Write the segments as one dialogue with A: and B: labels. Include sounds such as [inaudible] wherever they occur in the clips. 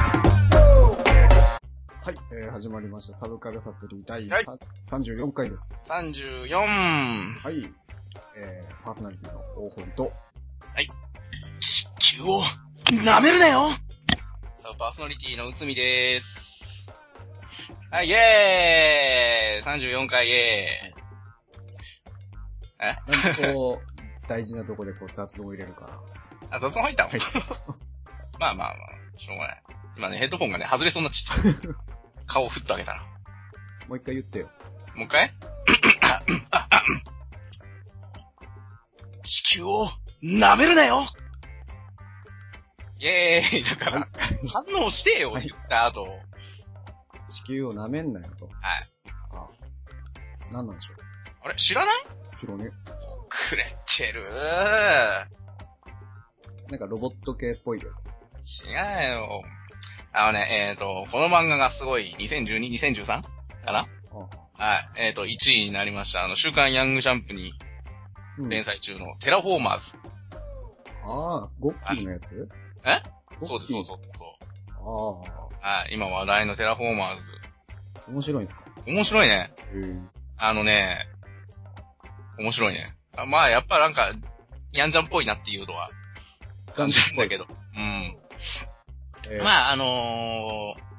A: はい、えー、始まりました。サブカルサプリ第
B: はい
A: さ34回です。
B: 34、
A: はい。えー、パーソナリティの大本と、
B: 地球を舐めるなよさあ、パーソナリティの内海でーす。はい、イェーイ !34 回イェーイえ
A: なんかこ
B: [laughs]
A: う、大事なとこでこう雑音を入れるから。
B: あ、雑音入った、
A: はい
B: [laughs] まあまあまあ、しょうがない。今ね、ヘッドホンがね、外れそうになっちゃった。顔を振ってあげたら。
A: もう一回言ってよ。
B: もう一回地球を舐めるなよイェーイだから、反応してよ、
A: はい
B: 言った後。はい。
A: 地球を舐めんなよと。ああなんなんでしょ。
B: あれ知らないう
A: 後ろね。
B: くれてる
A: なんかロボット系っぽいよ。
B: 違うよ。あのね、えっ、と、この漫画がすごい、2012、2013? かな
A: あ
B: はい。えっ、と、1位になりました。あの、週刊ヤングジャンプに
A: うん
B: 連載中のテラフォーマーズ。
A: ああ、ゴッキーのやつ
B: え
A: ゴッキー
B: そうです、そうそうそう。
A: あ
B: はい。今話題のテラフォーマーズ。
A: あ、面白いんですか
B: 面白いね。
A: へえ。
B: あのね、面白いね。あまあ、やっぱなんか、ヤンジャンっぽいなっていうのは感じるんだけど。うん。
A: えー
B: まあ、あのー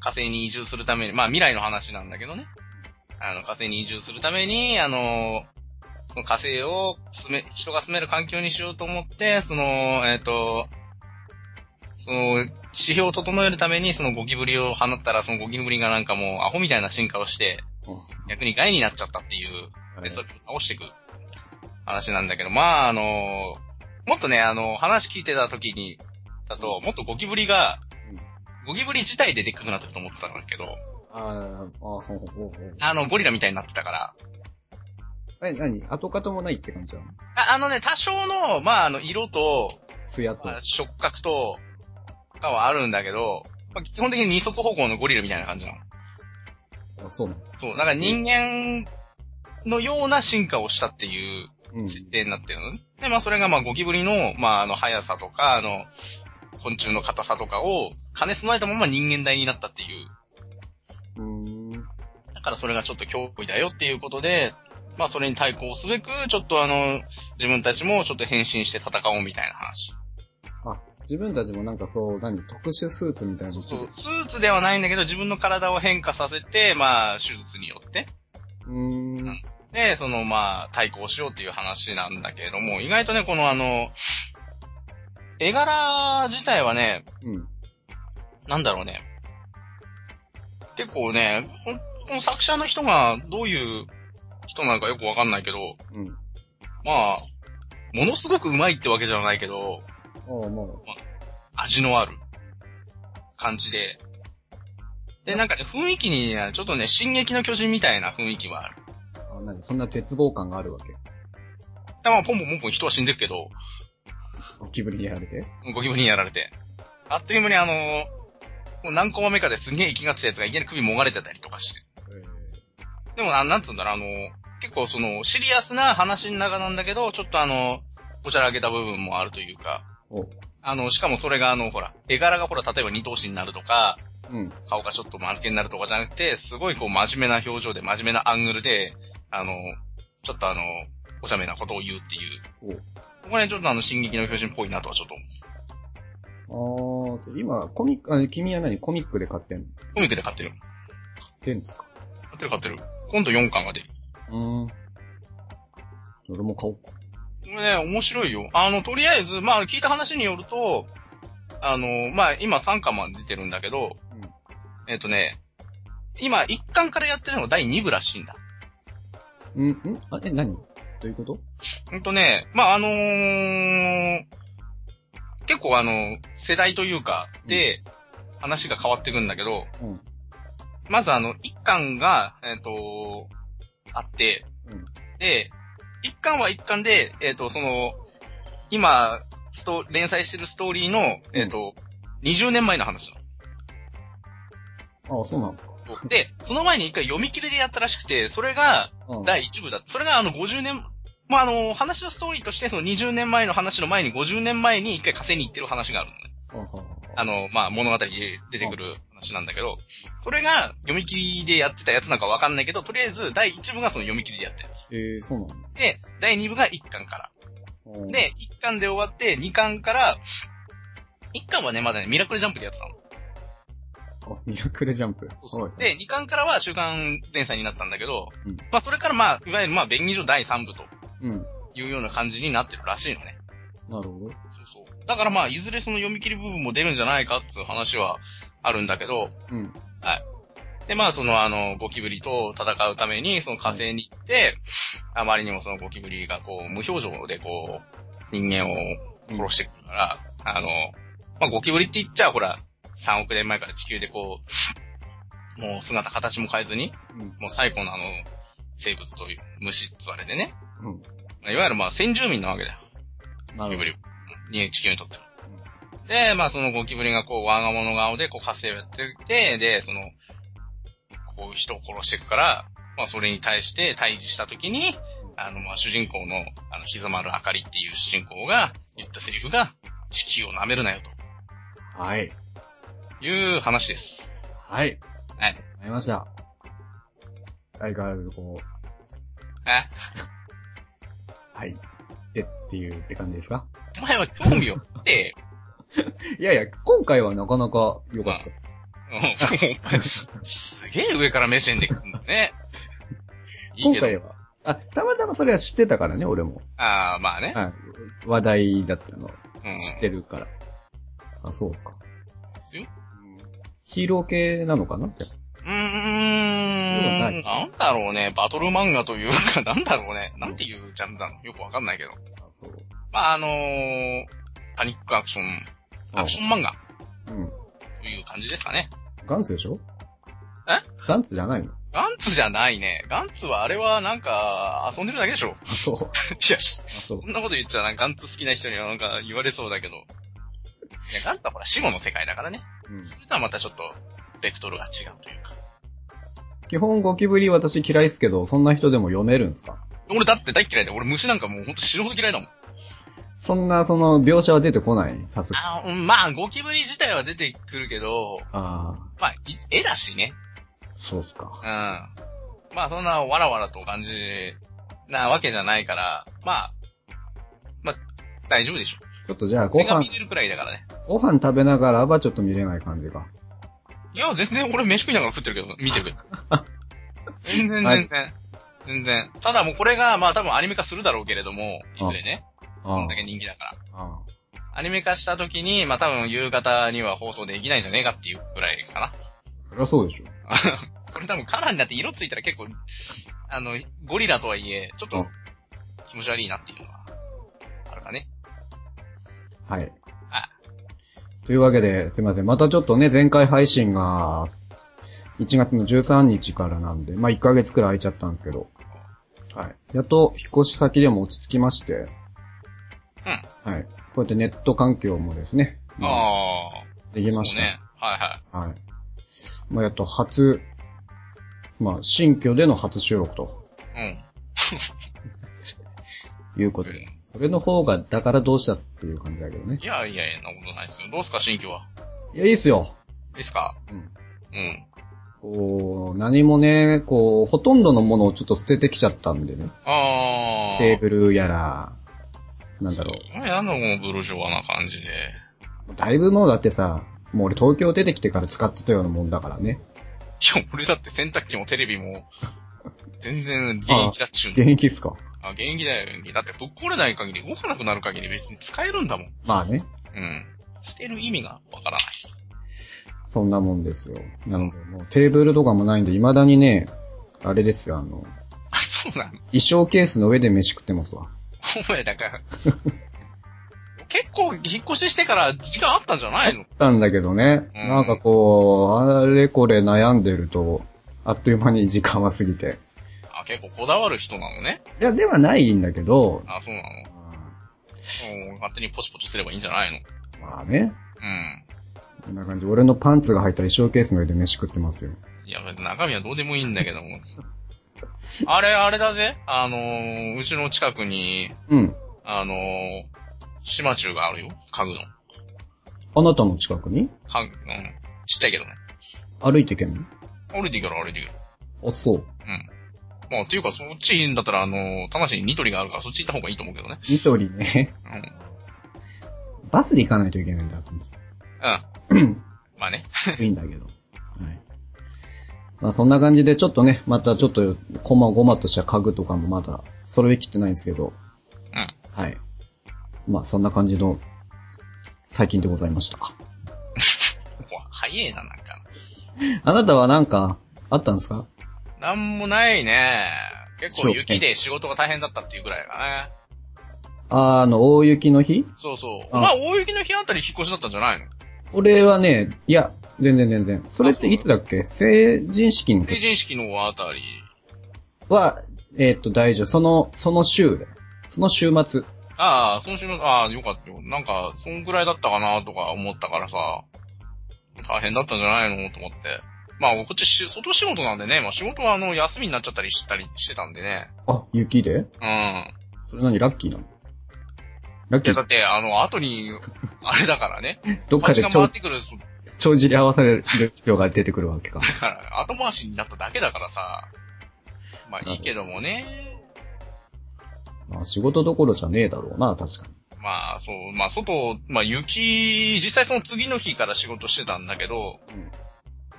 B: 火星に移住するために、まあ未来の話なんだけどね。あの、火星に移住するために、あのーその火星を住め、人が住める環境にしようと思って、その、えっ、と、その、指標を整えるために、そのゴキブリを放ったら、そのゴキブリがなんかもうアホみたいな進化をして、逆に害になっちゃったっていう
A: あ
B: で、それを倒していく話なんだけど、まあ、あのもっとね、あの話聞いてた時に、だと、もっとゴキブリが
A: うん、
B: ゴキブリ自体ででっかくなってると思ってたんだけど、
A: ああ、あほうほうほうほう。
B: あの、ゴリラみたいになってたから、
A: え、なに跡形もないって感じなの
B: ああのね、多少の、まあ、あの、色と、
A: ツヤと。
B: まあ触覚と、かはあるんだけど、まあ、基本的に二足歩行のゴリラみたいな感じなの。
A: あ、そうなの
B: そう、なんか人間のような進化をしたっていう
A: うん。
B: 設定になってるのね。で、まあそれがまあゴキブリの、まああの速さとか、あの、昆虫の硬さとかを兼ね備えたまま人間体になったってい
A: う
B: う。
A: ーん。
B: だからそれがちょっと脅威だよっていうことで、まあそれに対抗すべく、ちょっとあの、自分たちもちょっと変身して戦おうみたいな話。
A: あ、自分たちもなんかそう、何特殊スーツみたいな
B: そ
A: の
B: う
A: 着て
B: そう。
A: る
B: スーツではないんだけど、自分の体を変化させて、まあ手術によって。
A: うーん。
B: で、そのまあ対抗しようっていう話なんだけれども、意外とね、このあの、絵柄自体はね、
A: うん。
B: なんだろうね。結構ね、このこの作者の人がどういう人なのかよくわかんないけど、
A: うん。
B: まあ、ものすごくうまいってわけじゃないけど、
A: ああ、まあ。
B: 味のある感じで。で、なんかね、雰囲気にね、ちょっとね、進撃の巨人みたいな雰囲気はある。
A: あ、なにそんな絶望感があるわけ。
B: でまあ、ポンポンポンポン人は死んでるけど、
A: ゴキブリにやられて。
B: ゴキブリにやられて。あっという間にあのーもう何コマ目かですげえ息がついたやつがいきなり首もがれてたりとかして。でもな、なんつうんだろう、あの、結構その、シリアスな話の中なんだけど、ちょっとあの、おちゃらけた部分もあるというか、
A: おう。
B: あの、しかもそれがあの、ほら、絵柄がほら、例えば二頭身になるとか、
A: うん。
B: 顔がちょっと丸けになるとかじゃなくて、すごいこう、真面目な表情で、真面目なアングルで、あの、ちょっとあの、おちゃめなことを言うってい
A: お
B: う。
A: う。
B: ここね、ちょっとあの、進撃の巨人っぽいなとはちょっと思
A: ああ、今、コミック、あ君は何コミックで買ってんの
B: う。コミックで買ってる。
A: 買ってんですか
B: 買ってる買ってる。今度4巻が出る。
A: うーん。俺も買おうか。
B: これね、面白いよ。あの、とりあえず、まあ、聞いた話によると、あの、まあ、今3巻まで出てるんだけど、
A: うん
B: えっ、とね、今1巻からやってるのが第2部らしいんだ。
A: うん、んあ、え、何どういうこと
B: ほんとね、まあ、あのー結構あの、世代というか、で、話が変わってくんだけど、
A: うん。
B: まずあの、1巻が、えっ、と、あって、
A: うん
B: で、1巻は1巻で、えっ、と、その、今、スト、連載してるストーリーの、えっ、と、20年前の話な
A: ああ、そうなんですか。
B: の。で、その前に一回読み切りでやったらしくて、それが
A: うん
B: 第1部だそれがあの50年、まあ、あの、話のストーリーとして、その20年前の話の前に50年前に一回火星に行ってる話があるのね。
A: あは
B: あの、まあ、物語で出てくる話なんだけど、それが読み切りでやってたやつなんかわかんないけど、とりあえず第1部がその読み切りでやったやつ。
A: ええそうなんだ
B: で、第2部が1巻から。。
A: うん、
B: で、1巻で終わって、2巻から、1巻はね、まだね、ミラクルジャンプでやってたの。
A: あ、ミラクルジャンプ。はいはい、
B: で、2巻からは週刊連載になったんだけど、
A: うん
B: まあ、それからまあ、いわゆるまあ、便宜上第3部と
A: うん。
B: いうような感じになってるらしいのね。
A: なるほど。
B: そうそう。だからまあ、いずれその読み切り部分も出るんじゃないかっていう話はあるんだけど、
A: うん。
B: で、まあ、その、あの、ゴキブリと戦うために、その火星に行って、あまりにもそのゴキブリが、こう、無表情で、こう、人間を殺してくるから、あの、まあ、ゴキブリって言っちゃ、ほら、3億年前から地球でこう、もう姿形も変えずに、
A: うん。
B: もう最古のあの、生物という、虫っつわれでね、
A: うん。
B: いわゆるまあ、先住民なわけだよ、
A: な
B: ゴキブリ
A: る
B: を。に地球にとっては。で、まあ、そのゴキブリがこう、我が物顔で、こう、火星をやってきて、で、その、こう、人を殺していくから、まあ、それに対して対峙したときに、あの、まあ、主人公の、あの、ひざまるあかりっていう主人公が言ったセリフが、地球を舐めるなよ、
A: ほど。はい。
B: という話です。
A: はい。
B: はい。
A: わかりました。相変わらずこう、
B: え
A: [laughs] はい。でっていうって感じですか
B: お前は興味を持って、
A: いやいや、今回はなかなか良かったです。
B: うんお前 [laughs] すげえ上から目線で来るんだね。いい
A: 今
B: けど。
A: 回は。あ、たまたまそれは知ってたからね、俺も。
B: ああ、まあね。
A: はい。話題だったの。
B: うん。
A: 知ってるから。あ、そうか。
B: ですよ。
A: ヒーロー系なのかなじゃ
B: う
A: よ
B: ーん。
A: くな
B: なんだろうね。バトル漫画というか、 [laughs] なんだろうね。なんていうジャンルなのよくわかんないけど。
A: あ。あ、そう。
B: まあ、あのー、パニックアクション、アクション漫画
A: うん。
B: という感じですかね。
A: ガンツでしょ
B: え
A: ガンツじゃないの
B: ガンツじゃないね。ガンツはあれはなんか、遊んでるだけでしょ。 [laughs]
A: あ、そう。
B: いや、し
A: あ、そう
B: そ。んなこと言っちゃなんかガンツ好きな人にはなんか言われそうだけど。いや、ガンツはほら死後の世界だからね。
A: うん。
B: それとはまたちょっと、ベクトルが違うというか。
A: 基本ゴキブリ私嫌いっすけど、そんな人でも読めるんすか
B: 俺だって大嫌いで、俺虫なんかもうほんと死ぬほど嫌い [laughs] だもん。
A: そんな、その、描写は出てこないさすが。
B: あーうんまあ、ゴキブリ自体は出てくるけど、
A: あ
B: まあ、い絵だしね。
A: あ、そうっす
B: うん。
A: か。
B: まあ、そんなわらわらと感じなわけじゃないから、まあ、まあ、大丈夫でしょ。
A: ちょっとじゃあ、ご
B: 絵が
A: 飯
B: 見、れるくらいだからね。
A: ご飯食べながらはちょっと見れない感じが。
B: いや、全然俺飯食いながら食ってるけど、見てるけど。全然
A: はい
B: 全然。全然。ただもうこれが、まあ多分アニメ化するだろうけれども、いずれね。こ
A: あ
B: んだけ人気だから。
A: あ、
B: アニメ化した時に、まあ多分夕方には放送できないんじゃねえかっていうくらいかな。
A: そりゃそうでしょ。
B: これ多分カラーになって色ついたら結構、あの、ゴリラとはいえ、ちょっ
A: う
B: と
A: ん
B: 気持ち悪いなっていうのは、あるかね。
A: はい
B: あ。
A: というわけで、すいません。またちょっとね、前回配信が、1月の13日からなんで、まあ1ヶ月くらい空いちゃったんですけど、はい。やっと、引っ越し先でも落ち着きまして、
B: うん。
A: はい。こうやってネット環境もですね、あ、
B: ああ。
A: できまし
B: そ
A: た。
B: うね。はいは
A: はい。まあやっと初、まあ、新居での初収録と
B: い。うん。
A: いうことで、それの方が、だからどうしたっていう感じだけどね
B: い。やいやいや、そんなことないですよ。どうすか、新居は。
A: いや、いいっすよ。
B: いいっすか
A: うん。
B: うん。
A: こう、何もね、こう、ほとんどのものをちょっと捨ててきちゃったんでね。
B: ああ。
A: テーブルやら、なんだろ
B: そう。やんの、このブルジョワな感じで。
A: う。だいぶもうだってさ、もう俺東京出てきてから使ってたようなもんだからね。
B: いや、俺だって洗濯機もテレビも、全然現役だっちゅうの
A: 現役っすか
B: あ、現役だよ。だってぶっ壊れない限り、動かなくなる限り別に使えるんだもん。
A: まあね。
B: うん。捨てる意味がわからない。
A: そんなもんですよ。なので、もうテーブルとかもないんで、未だにね、あれですよ、あの、
B: あ、そうなの
A: 衣装ケースの上で飯食ってますわ。
B: お前なんか、結構引っ越ししてから時間あったんじゃないの
A: なんだけどね、
B: うん
A: なんかこう、あれこれ悩んでると、あっという間に時間は過ぎて。
B: あ、結構こだわる人なのね。
A: いや、ではないんだけど、
B: あ、そうなの。
A: あ
B: うん勝手にポチポチすればいいんじゃないの
A: まあね。
B: うん。
A: こんな感じ。俺のパンツが入った衣装ケースの上で飯食ってますよ。
B: いや、中身はどうでもいいんだけども。あれ、あれだぜ。あのーうちの近くに、
A: うん。
B: あのー島中があるよ。家具の。
A: あなたの近くに
B: 家具、うん。ちっちゃいけどね。
A: 歩いてけんの
B: 歩いていける、歩いていける。
A: あ、そう。
B: うん。まあ、っていうか、そっちいいんだったら、あのー、魂にニトリがあるから、そっち行った方がいいと思うけどね。
A: ニトリね。
B: うん。うん。
A: バスで行かないといけないんだ。
B: まあね。
A: いいんだけど。はい。まあそんな感じで、ちょっとね、またちょっと、こまごまとした家具とかもまだ揃えきってないんですけど、
B: うん。
A: はい。まあそんな感じの、最近でございました。
B: ここは早いな、なんか。
A: あなたはなんか、あったんですか
B: なんもないね。結
A: そ
B: 構
A: う
B: 雪で仕事が大変だったっていうぐらいだね。
A: あーあの、大雪の日
B: そうそう。
A: あ
B: まあ、大雪の日あたり引っ越しだったんじゃないの
A: 俺はね、いや、全然全然。それっていつだっけ成人式の
B: 成
A: 時
B: 人式のあたり。
A: は、えーっと、大丈夫。その、その週で。その週末。
B: ああ、その週の、ああ、よかったよ。なんか、そんぐらいだったかなとか思ったからさ、大変だったんじゃないのと思って。まあ、こっちし、外仕事なんでね、まあ仕事はあの、休みになっちゃったりしたりしてたんでね。
A: あ、雪で
B: うん。
A: それ何ラッキーなのラッ
B: い
A: キ
B: や、だっ
A: ー
B: て、あの、後に、あれだからね。
A: どっか
B: 風
A: で
B: が
A: ちょ
B: 回
A: う
B: ってくる、そう
A: 帳尻合わされる必要が出てくるわけか。 [laughs]
B: だから、後回しになっただけだからさ。まあ、いいけどもね。
A: まあ仕事どころじゃねえだろうな、確かに。
B: まあ、そう、まあ、外、まあ、雪、実際その次の日から仕事してたんだけど、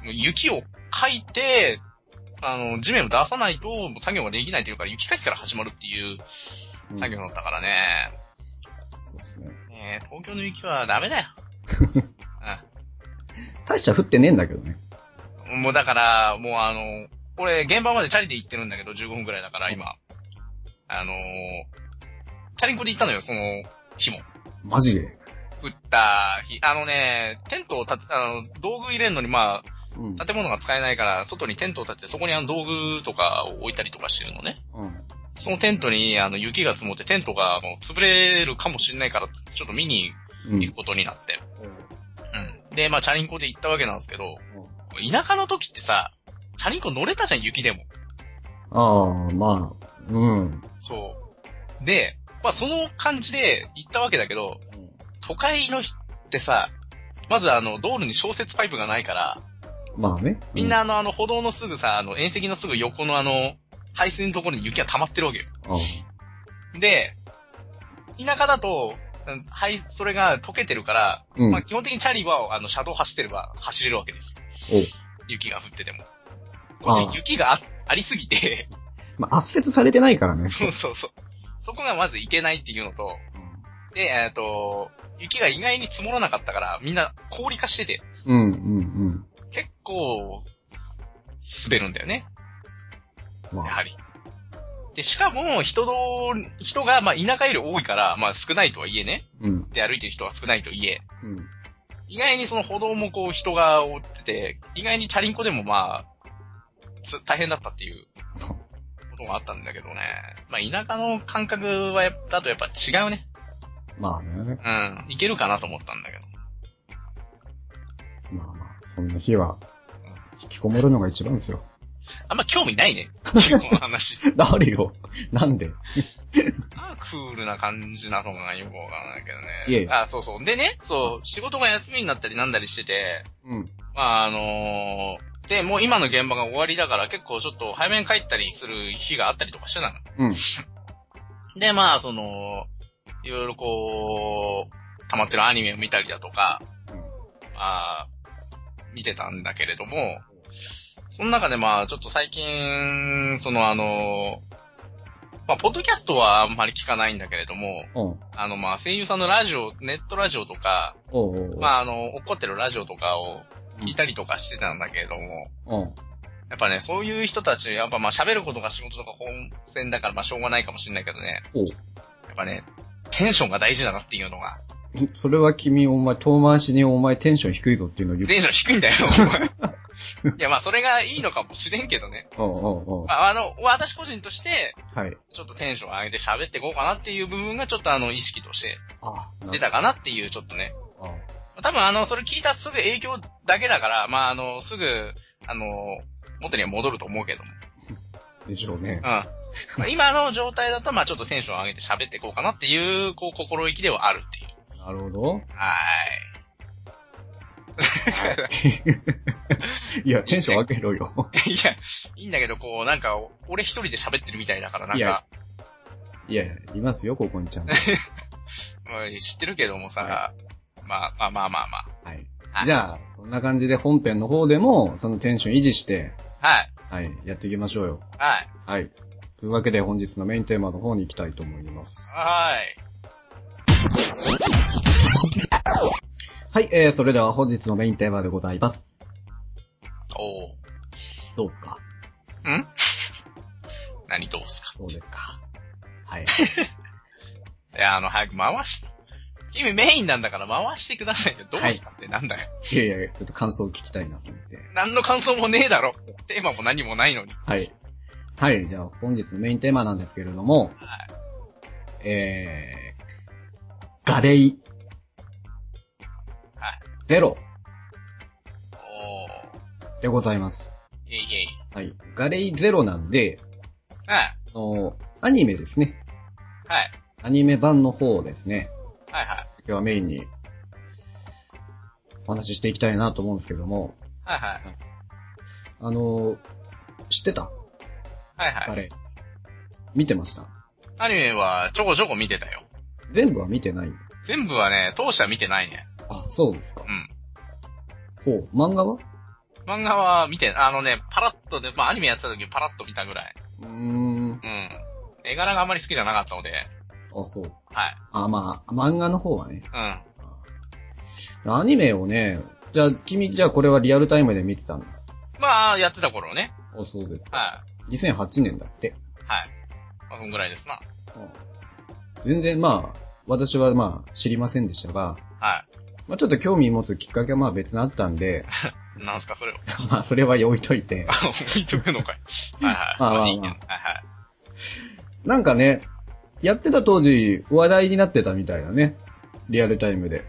B: もう雪をかいて、あの、地面を出さないと、もう作業ができないというから、雪かきから始まるっていう
A: うん
B: 作業だったからね。
A: そうですね。
B: ねえ東京の雪はダメだよ。
A: 大した降ってねえんだけどね。
B: うん、もうだから、もうあの、俺、現場までチャリで行ってるんだけど、15分くらいだから、今。あのー、チャリンコで行ったのよ、その日も。
A: マジで。
B: 降った日。あのね、テントを立て、あの、道具入れるのに、まあ、
A: うん。
B: 建物が使えないから、外にテントを立てて、そこにあの道具とかを置いたりとかしてるのね。
A: うん。
B: そのテントにあの雪が積もって、テントがあの潰れるかもしれないから、つってちょっと見に
A: うん
B: 行くことになって。うん。で、まあ、チャリンコで行ったわけなんですけど、
A: うん
B: 田舎の時ってさ、チャリンコ乗れたじゃん、雪でも。
A: ああ、まあ、うん。
B: そう。で、まあ、その感じで行ったわけだけど、都会の人ってさ、まずあの、道路に消雪パイプがないから、
A: まあね。
B: みんなあの、あの、歩道のすぐさ、あの、縁石のすぐ横のあの、排水のところに雪が溜まってるわけよ。
A: うん。あ
B: で、田舎だと、うんはい、それが溶けてるから、
A: あうん
B: まあ基本的にチャリは、あの、車道走ってれば走れるわけですよ。雪が降ってても。こっ
A: ああ
B: ち雪があありすぎて、 [laughs]
A: まあ、圧雪されてないからね。
B: そうそうそう。そこがまずいけないっていうのと、で、えっ、と、雪が意外に積もらなかったから、みんな氷化してて、
A: うん、うん、
B: 結構、滑るんだよね、
A: うん。
B: や
A: まあ
B: は、り。で、しかも、人通り、人が、まあ、田舎より多いから、まあ、少ないとはいえね。
A: うん、
B: で、歩いてる人は少ないとはいえ、
A: うん。
B: 意外にその歩道もこう人が追ってて、意外にチャリンコでもまあ、つ大変だったっていうことがあったんだけどね。まあ田舎の感覚はやっぱだとやっぱ違うね。
A: まあね。
B: うん。いけるかなと思ったんだけど。
A: まあまあ、そんな日は、引きこもるのが一番ですよ。 [laughs]
B: あんま興味ないね。結構の話。
A: あるよ。 [laughs] なんで
B: あクールな感じなのがよくわからないけどね。
A: いえいえ
B: あ、そうそう。でね、そう、仕事が休みになったりなんだりしてて、
A: うん。
B: まああのーで、もう今の現場が終わりだから結構ちょっと早めに帰ったりする日があったりとかしてたの。
A: うん。
B: で、まあ、その、いろいろこう、溜まってるアニメを見たりだとか、まあ、見てたんだけれども、その中でまあ、ちょっと最近、そのあの、まあ、ポッドキャストはあんまり聞かないんだけれども、
A: うん。うん。
B: あのまあ、声優さんのラジオ、ネットラジオとか、
A: おうおうおう。
B: まあ、あの、怒ってるラジオとかを聞いたりとかしてたんだけれども、
A: うん。
B: やっぱね、そういう人たち、やっぱまあ喋ることが仕事とか本戦だからまあしょうがないかもしれないけどね、
A: おう
B: やっぱね、テンションが大事だなっていうのが。
A: それは君、お前、遠回しにお前テンション低いぞっていうのを言っ
B: テンション低いんだよ、お前
A: [laughs]
B: いや、まあ、それがいいのかもしれんけどね。
A: おうおうおう
B: まあ、あの、私個人として、
A: はい。
B: ちょっとテンション上げて喋っていこうかなっていう部分が、ちょっとあの、意識として
A: あ、な
B: 出たかなっていう、ちょっとね。
A: あ
B: 多分あの、それ聞いたすぐ影響だけだから、まあ、あの、すぐ、あの、元には戻ると思うけども。
A: でしょうね
B: うん。。まあ今の状態だと、まあちょっとテンション上げて喋っていこうかなっていう、こう、心意気ではあるっていう。
A: なるほど。 [laughs]
B: は
A: いや、テンション上げろよ。[laughs]
B: [laughs] ーい。いや、いいんだけど、こう、なんか、俺一人で喋ってるみたいだから、なん
A: い
B: か
A: や、いやいや、いますよ、ここにちゃん
B: [laughs]
A: と。
B: まあ知ってるけどもさ、
A: は
B: まあ、まあまあまあま
A: はい
B: は。い
A: じゃあ、そんな感じで本編の方でも、そのテンション維持して、
B: あ。はい。
A: はい、やっていきましょうよ。
B: はい。
A: はい。というわけで本日のメインテーマの方に行きたいと思います。
B: はい。
A: はい、えー、それでは本日のメインテーマでございます。
B: おー
A: どうですか
B: ん何どうすか
A: どうですか [laughs] はい。
B: いや、あの、早く回し、君メインなんだから回してくださいよ。どうしたってなんだよ。
A: いやいや、ちょっと感想を聞きたいなと思って。
B: 何の感想もねえだろ。テーマも何もないのに。
A: はい。はい、じゃあ本日のメインテーマなんですけれども、えー、ガレイ
B: はい。
A: ゼロ
B: お
A: でございます。
B: ー。イェイイェイ。
A: はい。ガレイゼロなんで、
B: はい。
A: あの、アニメですね。
B: はい。
A: アニメ版の方ですね。
B: はいはい。
A: 今日はメインにお話ししていきたいなと思うんですけども、
B: はいはい。
A: あの、知ってた
B: はいはい。
A: 誰、見てました
B: アニメはちょこちょこ見てたよ。
A: 全部は見てない
B: 全部はね、当社見てないね。
A: あ、そうですか
B: う。ん。
A: ほう、漫画は
B: 漫画は見て、あのね、パラッとで、まあアニメやってた時パラッと見たぐらい。
A: うーん、
B: うん。絵柄があまり好きじゃなかったので、
A: あ、そう。
B: はい。
A: あ、まあ、漫画の方はね。
B: うん。
A: アニメをね、じゃあ、君、じゃあこれはリアルタイムで見てたんだ。
B: まあ、やってた頃ね。
A: あ、そうですか。
B: は
A: 2008年だって。
B: い。はい。まあ、そんぐらいですな。
A: 全然まあ、私はまあ、知りませんでしたが、
B: は
A: まあちょっと興味持つきっかけはまあ別にあったんで、
B: い。なんすか、それを。
A: まあそれは置いといて。
B: 置いとくのかい。はいはい。
A: [laughs] まあまあまあ
B: いいけどはいはい。
A: なんかね、やってた当時、話題になってたみたいだね。リアルタイムで。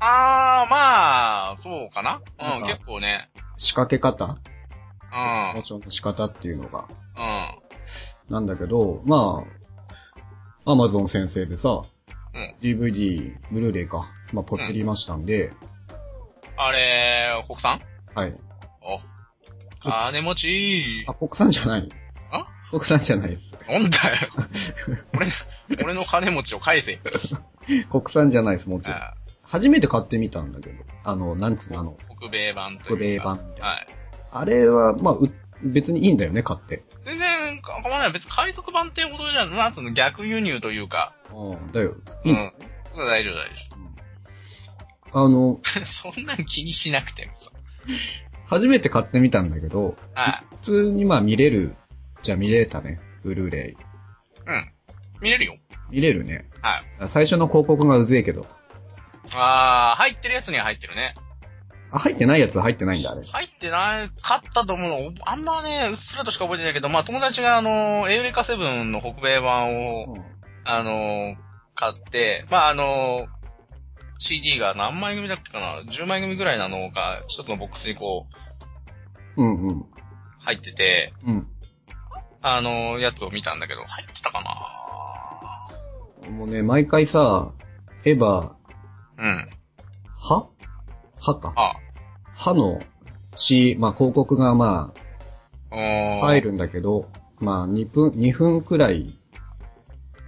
B: あー、まあ、そうかな。
A: な
B: うんん、
A: か
B: 結構ね。
A: 仕掛け方
B: うん。う
A: もちろん仕方っていうのが。
B: ん。
A: なんだけど、まあ、アマゾン先生でさ、
B: うん
A: DVD、ブルーレイか。まあ、ポチりましたんで、
B: あれ、国産
A: はい。
B: お。
A: ょ
B: 金持ち
A: あ、国産じゃない
B: あ
A: 国産じゃないです。
B: な
A: [laughs]
B: んだよ。俺、俺の金持ちを返せ。
A: 国産じゃないです、もちろん。
B: あ
A: 初めて買ってみたんだけど、あの、なんつうの、あの、
B: ー北米版というか。
A: 北米版みたいな。
B: はい。
A: あれは、まあ、う別にいいんだよね、買って。
B: 全然、か構わない。別に海賊版ってほどじゃない。なんつうの、逆輸入というか。
A: うん、だよ。
B: う。
A: うんん。
B: そう大丈夫、大丈
A: あの、
B: 夫。 [laughs] そんなん気にしなくてもさ。
A: 初めて買ってみたんだけど、
B: はい。
A: 普通にまあ見れる、じゃ見れたね、ブルーレイ。
B: うん。見れるよ。
A: 見れるね。
B: はい。
A: 最初の広告がうぜえけど。
B: あー、入ってるやつには入ってるね。
A: あ、入ってないやつは入ってないんだ、あれ。
B: 入ってない、買ったと思うの。あんまね、うっすらとしか覚えてないけど、まあ友達があの、エウレカセブンの北米版を、あの、買って、まああの、CD が何枚組だっけかな ?10 枚組ぐらいなのが、一つのボックスにこう、
A: うんうん。
B: 入ってて、
A: うん。
B: あの、やつを見たんだけど、入ってたかな
A: もうね、毎回さ、エヴァ、
B: うん。
A: 歯歯か。
B: あ、
A: 歯の C、まあ広告がま
B: うーん。
A: あ入るんだけど、まあ2分、2分くらい、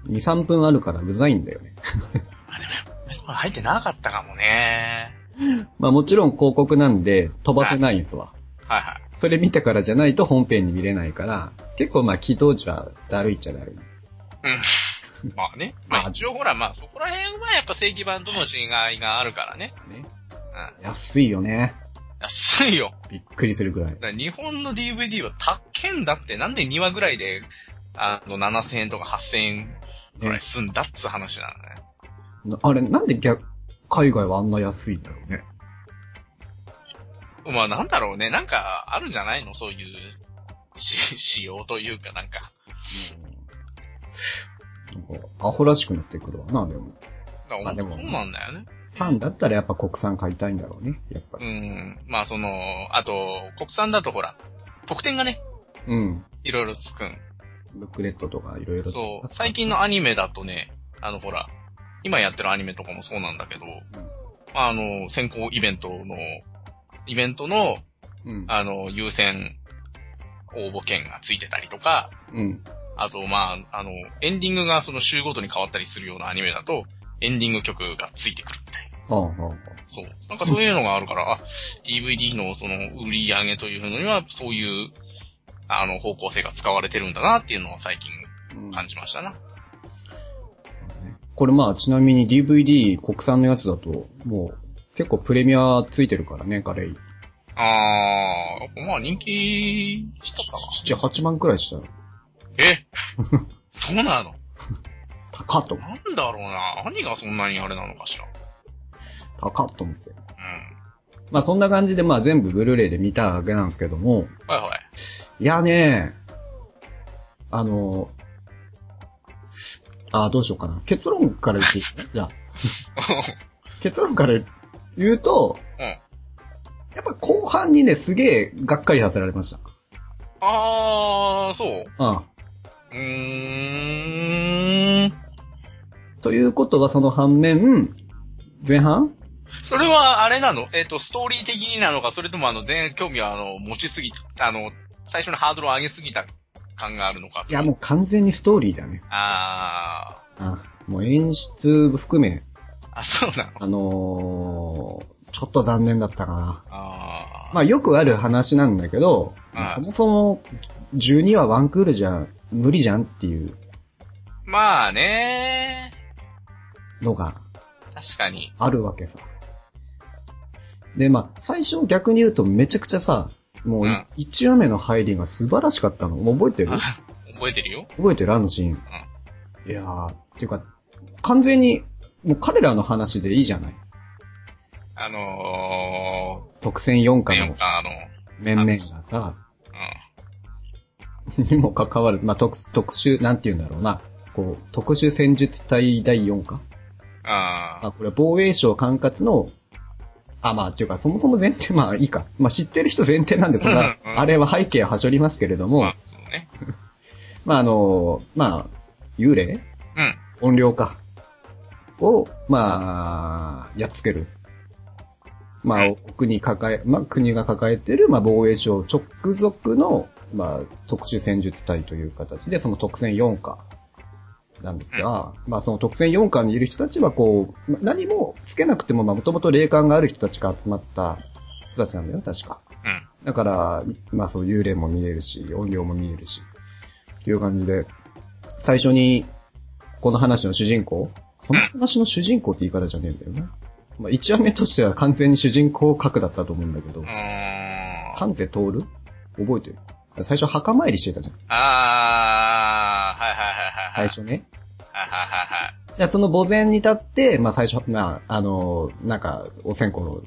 A: 2、3分あるからうざいんだよね。
B: 入ってなかったかもね。
A: まあもちろん広告なんで飛ばせないんすわ。
B: はいはい。
A: それ見てからじゃないと本編に見れないから、結構まあ起動時はだるいっちゃだるい。 [laughs]
B: うん。まあね。まあ一応ほら、まあそこら辺はやっぱ正規版との違いがあるからね。
A: ね
B: うん。
A: 安いよね。
B: 安いよ。
A: びっくりするくらい
B: だ。から日本の DVD はたっけんだって、なんで2話ぐらいで、あの、7000円とか8000円ぐらい済んだっつう話なのね。
A: なあれ、なんで逆、海外はあんな安いんだろうね。
B: まあなんだろうね、なんかあるんじゃないのそういう、し、 [laughs] 仕様というかなんか。
A: なんかアホらしくなってくるわな、でも。
B: ま
A: あでも
B: そうなんだよね。
A: ファンだったらやっぱ国産買いたいんだろうね、やっぱ
B: う
A: り。
B: ん。まあその、あと、国産だとほら、特典がね、
A: うん。
B: いろいろつくん。
A: ブックレットとかいろいろ。
B: そう。最近のアニメだとね、あのほら、今やってるアニメとかもそうなんだけど、まああの、先行イベントの、イベントの、
A: うん。
B: あの、優先応募券がついてたりとか、
A: うん。
B: あと、まあ、あの、エンディングがその週ごとに変わったりするようなアニメだと、エンディング曲がついてくるみたいな。
A: ああ、ああああ。
B: そう。なんかそういうのがあるから、あ、DVD のその売り上げというのには、そういう、あの、方向性が使われてるんだなっていうのを最近
A: うん
B: 感じましたな。
A: これまあちなみに DVD 国産のやつだと、もう結構プレミアついてるからね、カレイ。
B: あー、まあ人気、
A: 7、8万くらいしたよ。
B: え [laughs] そうなの
A: 高っと思って。
B: なんだろうな何がそんなにあれなのかしら。
A: 高っと思って。
B: う
A: まあそんな感じでまあ全部ブルーレイで見たわけなんですけども、
B: ん。はいはい。
A: いやね、あの、あ、どうしようかな。結論から言っていい、じ
B: [laughs]
A: ゃあ結論から言うと、
B: うん
A: やっぱ後半にね、すげえがっかりさせられました。
B: あー、そう
A: うん。
B: うーん。
A: ということはその反面、前半
B: それはあれなのえっ、と、ストーリー的になのか、それともあの、全興味はあの、持ちすぎた、あの、最初のハードルを上げすぎた感があるのか。
A: いや、もう完全にストーリーだね。
B: あ
A: あもう演出含め、
B: ー、あ、そうなの
A: あのー、ちょっと残念だったかな。
B: あー。
A: まあよくある話なんだけど、
B: はい
A: そもそも12はワンクールじゃ無理じゃんっていう
B: まあね
A: のが
B: 確かに。
A: あるわけさ。で、まあ最初逆に言うとめちゃくちゃさ、もう
B: うん
A: 1話目の入りが素晴らしかったの。もう覚えてる
B: 覚えてるよ
A: 覚えてるあのシーン。いやー、っていうか、完全に、もう彼らの話でいいじゃない。
B: あの
A: 特選4
B: ー、
A: 巻
B: なん
A: の
B: かあの、うん。
A: 面々がさ、にも関わる、まあ、特、特殊、なんて言うんだろうな。こう、特殊戦術隊第4巻
B: あー、
A: あ、これは防衛省管轄の、あ、まあ、っていうか、そもそも前提、まあいいか。まあ知ってる人前提なんで、そんな
B: うん
A: あれは背景はしょりますけれど
B: ま
A: も
B: あ、、そうね。
A: まああの、まあ、幽霊
B: うん。
A: 音量か。を、まあ、やっつける。まあ、
B: うん
A: 国抱え、まあ、国が抱えてる、まあ、防衛省直属の、まあ、特殊戦術隊という形で、その特戦4課なんですが、まあ、その特戦4課にいる人たちは、こう、まあ何もつけなくても、まあ、もともと霊感がある人たちが集まった人たちなんだよ、確か。
B: うん。
A: だから、まあそう、幽霊も見えるし、音量も見えるし、っていう感じで、最初に、この話の主人公この話の主人公って言い方じゃねえんだよな。まあ一話目としては完全に主人公格だったと思うんだけど
B: う、ーん。
A: 関西通る覚えてる最初墓参りしてたじゃん。
B: あー、はいはいはいは
A: 最。
B: い。
A: 初ね。
B: はいはいはいはい。
A: でその墓前に立って、まあ最初、まあ、あの、なんか、お線香を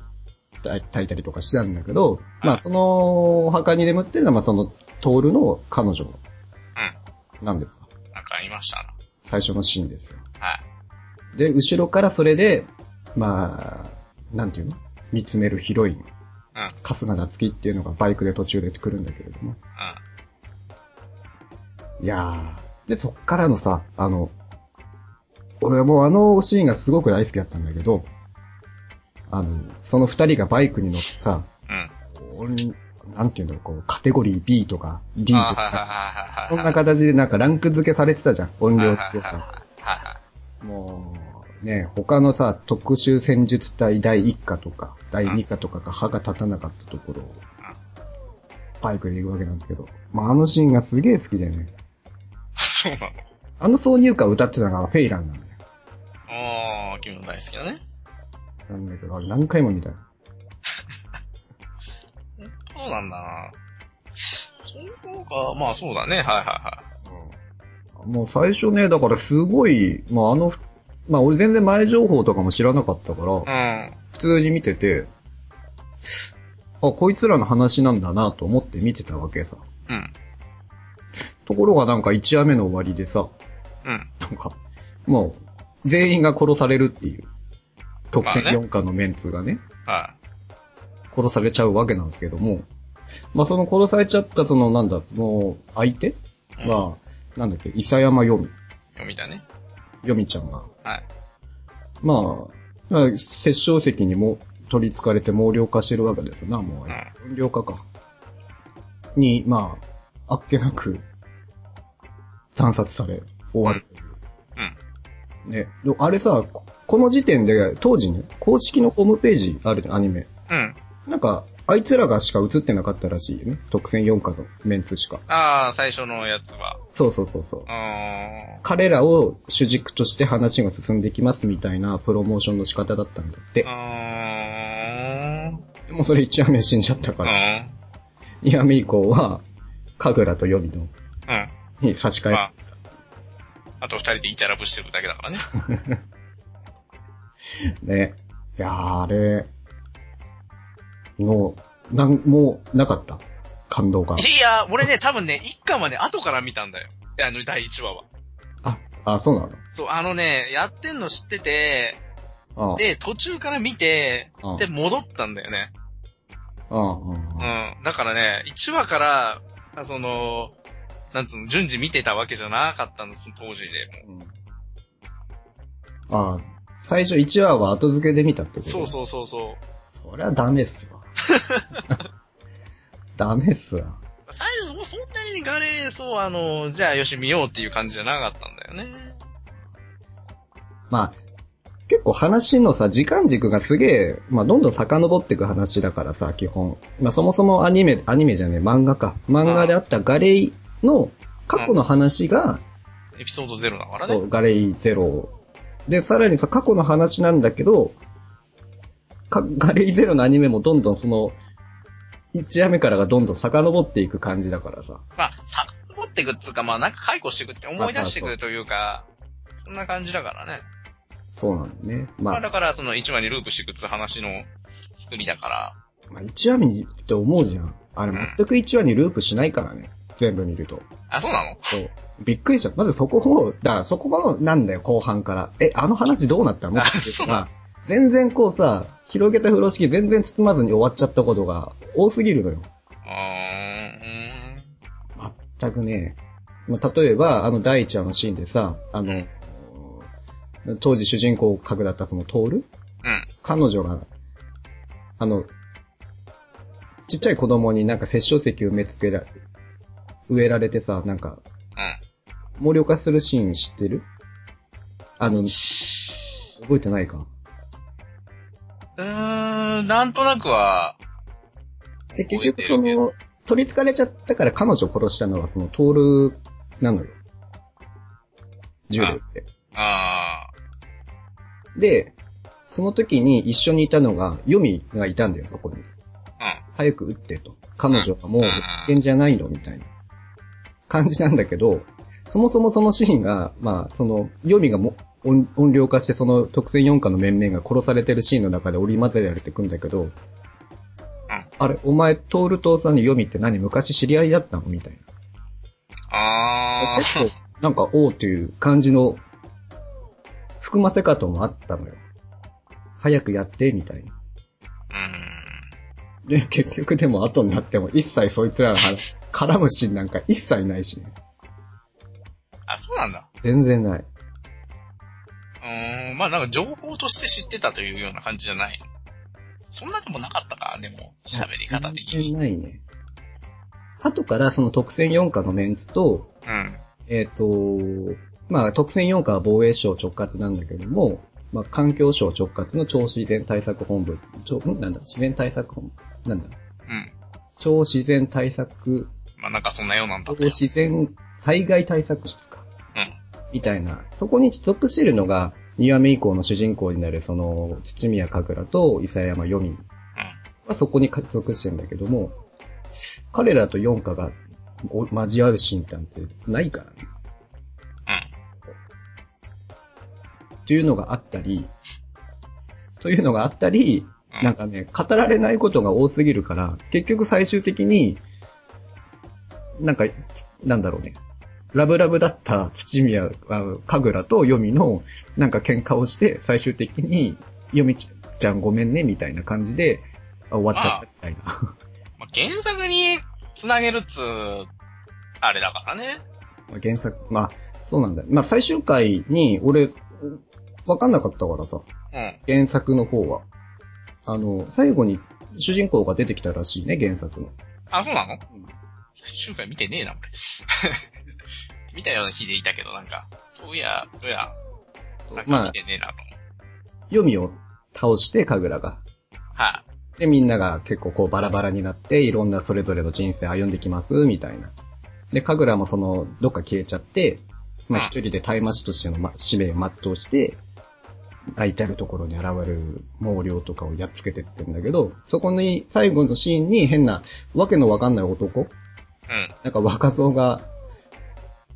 A: 炊いたりとかしてたんだけど、まあそのお墓に眠ってるのは、まあその、トールの彼女なんですよ
B: うん。なんかありましたな。
A: 最初のシーンですよ。
B: はい。
A: で、後ろからそれで、まあ、なんていうの見つめるヒロイン、
B: うん。うん。
A: 春日夏樹っていうのがバイクで途中で来るんだけれども。いやー。で、そっからのさ、あの、俺はもうあのシーンがすごく大好きだったんだけど、あの、その二人がバイクに乗ってさ、
B: うん。
A: 俺なんていうんだろう、こう、カテゴリー B とか D と
B: あはい
A: か、
B: はいはいはいはい。
A: そんな形でなんかランク付けされてたじゃん、音量
B: はい
A: と
B: はい
A: さ。
B: はいはい。
A: もう、ね、他のさ、特殊戦術隊第1課とか、第2課とかが歯が立たなかったところを、バイクで行くわけなんですけど、まあ、あのシーンがすげえ好きでね、
B: そうなの
A: あの挿入歌を歌ってたのがフェイランなんだよ。
B: あー、君の大好きだね。
A: なんだけど、あれ何回も見たよ。
B: そうなんだな。そうか、まあそうだね。はいはいは
A: もう最初ね、だからすごい、まあ、あの、まあ、俺全然前情報とかも知らなかったから、
B: い。うん。
A: 普通に見てて、あ、こいつらの話なんだなと思って見てたわけさ。
B: うん。
A: ところがなんか1話目の終わりでさ、
B: うん。
A: なんか、もう、全員が殺されるっていう、特選
B: まあね
A: 4課のメンツがね、
B: は
A: 殺されちゃうわけなんですけども、まあその殺されちゃったそのなんだ、その相手
B: い。うん、
A: は、なんだっけ、伊佐山よみ、
B: 読みだね。
A: よみちゃんが、
B: はい。
A: まあ、あ殺生石にも取り憑かれて毛量化してるわけですな、もうあいつ。量化か。に、まあ、あっけなく、惨殺され、終わるという。
B: うん。
A: ね、でもあれさ、ここの時点で、当時ね、公式のホームページあるじゃんアニメ。
B: うん。
A: なんか、あいつらがしか映ってなかったらしいよね。特選4課のメンツしか。
B: ああ、最初のやつは。
A: そうそうそうそう
B: う。ーん。
A: 彼らを主軸として話が進んでいきますみたいなプロモーションの仕方だったんだって
B: う。ーん。
A: でもそれ1話目死んじゃった
B: う
A: から。
B: ん。
A: 2話目以降は、神楽と予備の
B: うん。
A: に差し替え、
B: まあ、あと二人でイチャラブしてるだけだからね。
A: ね。いやー、あれ、もう、なん、もう、なかった。感動が。
B: いや、俺ね、多分ね、一巻まで後から見たんだよ。いやあの、第一話は。
A: あ、あ、そうなの
B: そう、あのね、やってんの知ってて、
A: ああ。
B: で、途中から見て、
A: あ
B: で、戻ったんだよね。
A: ああ、
B: う
A: ああ、
B: ん。だからね、一話から、あその、なんつうの、順次見てたわけじゃなかったんです、当時で。も
A: うんああ、最初1話は後付けで見たってこ
B: う
A: と
B: そう
A: う。
B: そうそうそう。
A: そりゃダメっ
B: [laughs]
A: すわ。ダメっすわ。
B: 最初、もうそんなにガレー、そう、あの、じゃあよし見ようっていう感じじゃなかったんだよね。
A: まあ、結構話のさ、時間軸がすげえ、まあ、どんどん遡っていく話だからさ、基本。まあ、そもそもアニメ、アニメじゃねえ、漫画か。漫画であったガレイの過去の話が、
B: エピソード0だから
A: そ
B: ね。
A: うガレイゼロ。で、さらにさ、過去の話なんだけど、かガレイゼロのアニメもどんどんその、1話目からがどんどん遡っていく感じだからさ。
B: まあ、さ、持っていくっつうか、まあなんか解雇していくって思い出していくというか、そんな感じだからね。
A: そうなんだね。
B: ま
A: ま
B: あだ
A: あ、
B: から、その1話にループしていくっつう話の作りだから。
A: まあ、1話目にって思うじゃん。あれ、全く1話にループしないからね。全部見ると。
B: あ、そうなの
A: そう。びっくりした。まずそこを、だからそこがなんだよ、後半から。え、あの話どうなったの
B: あ
A: っていう
B: そう
A: のが全然こうさ、広げた風呂敷全然包まずに終わっちゃったことが多すぎるのよ。
B: うーん。
A: 全くね、まあ、例えば、あの、第一話のシーンでさ、あの、当時主人公格だったそのトール
B: うん。
A: 彼女が、あの、ちっちゃい子供になんか殺生石埋め付けら、植えられてさ、なんか、毛量化するシーン知ってるあの、覚えてないか
B: うん。うーん、なんとなくは、
A: で、結局そ
B: 覚えてるけど、
A: の、取り憑かれちゃったから彼女を殺したのはそのトールなのよ。銃で撃って。
B: あ
A: で、その時に一緒にいたのが、ヨミがいたんだよ、そこに。
B: あ、
A: 早く撃ってと。彼女はもう
B: うん
A: 危険じゃないの、みたいな感じなんだけど、そもそもそのシーンが、まあ、その、ヨミがも音音量化して、その特選4課の面々が殺されてるシーンの中で織り交ぜられてくんだけど、あれ、お前、トールとさんにヨミって何昔知り合いだったのみたいな。
B: うん。ああ、
A: 結構、なんか、おうという感じの、含ませ方もあったのよ。早くやって、みたいな。
B: うん。
A: で、結局でも後になっても一切そいつらの話、絡むシーンなんか一切ないしね。
B: あ、そうなんだ。
A: 全然ない。
B: うーん、まあなんか情報として知ってたというような感じじゃない。そんなでもなかったか、でも、喋り方的
A: 全
B: に。
A: 然ないね。後からその特選4課のメンツと、
B: うん。
A: えっ、と、まあ特選4課は防衛省直轄なんだけども、まあ環境省直轄の超自然対策本部、ちょんなんだ、自然対策本部、なんだ、
B: うん。
A: 超自然対策、
B: まあなんかそんなようなんだ
A: 超
B: ったよ。
A: 自然災害対策室か。
B: うん。
A: みたいな、そこに属してるのが、2話目以降の主人公になる、その、土宮神楽と伊佐山よみはそこに属してるんだけども、彼らと四課がご交わるシーンなんてないからね。っていうのがあったり、というのがあったり、
B: うん。うん
A: なんかね、語られないことが多すぎるから、結局最終的に、なんか、なんだろうね。ラブラブだった土宮、あ神楽と読みの、なんか喧嘩をして、最終的に、読みちゃんごめんね、みたいな感じで、あ終わっちゃったみたいな。
B: まあ、原作に繋げるっつう、あれだからね。
A: まあ原作、まあ、そうなんだよ。まあ、最終回に、俺、わかんなかったからさ、
B: うん。
A: 原作の方は。あの、最後に主人公が出てきたらしいね、原作の。
B: あ、そうなの
A: ん
B: 最終回見てねえな、俺。 [laughs] 見たような気でいたけど、なんか、そういや、そういや、なんか
A: まあ
B: 見、てねえなと思う。
A: 読みを倒して、神楽が。
B: はい、
A: で、みんなが結構こうバラバラになって、いろんなそれぞれの人生歩んできます、みたいな。で、神楽もその、どっか消えちゃって、まあ
B: うん
A: 一人で大魔師としての、ま、使命を全うして、あいたるところに現れる毛量とかをやっつけてってんだけど、そこに最後のシーンに変な、わけのわかんない男、
B: うん。
A: なんか若造が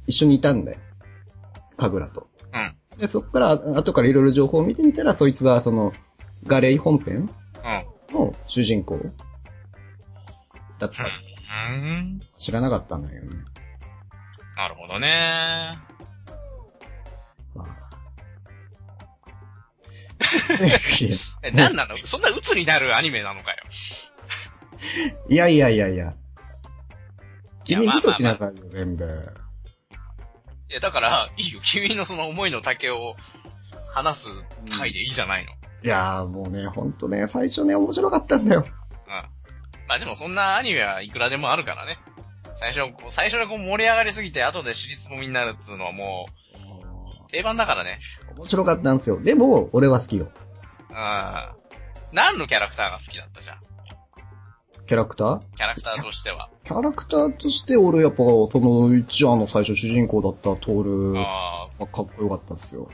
A: 一緒にいたんだよ。神楽と。
B: うん。
A: で、そこから、後からいろいろ情報を見てみたら、そいつはその、ガレイ本編
B: うん。
A: の主人公だった。
B: うーん。
A: 知らなかったんだけどね。
B: なるほどね。
A: まあい
B: え、なんなのそんな鬱になるアニメなのかよ。
A: や [laughs] いやいやいや。君
B: まあ
A: 見とき
B: まあ
A: なさいよ、全部。
B: いや、だから、いいよ。君のその思いの丈を話す回でいいじゃないの。
A: いやーもうね、ほんとね、最初ね、面白かったんだよ。
B: うん。まあでもそんなアニメはいくらでもあるからね。最初、こう最初でこう盛り上がりすぎて、後で尻つぼみになるっつうのはもう、定番だからね。
A: 面白かったんですよ。でも、俺は好きよ。
B: うん。何のキャラクターが好きだったじゃん
A: キャラクター
B: キャラクターとしては。
A: キャラクターとして俺やっぱ、その一話の最初主人公だったトールは
B: ああ、
A: かっこよかったっすよ。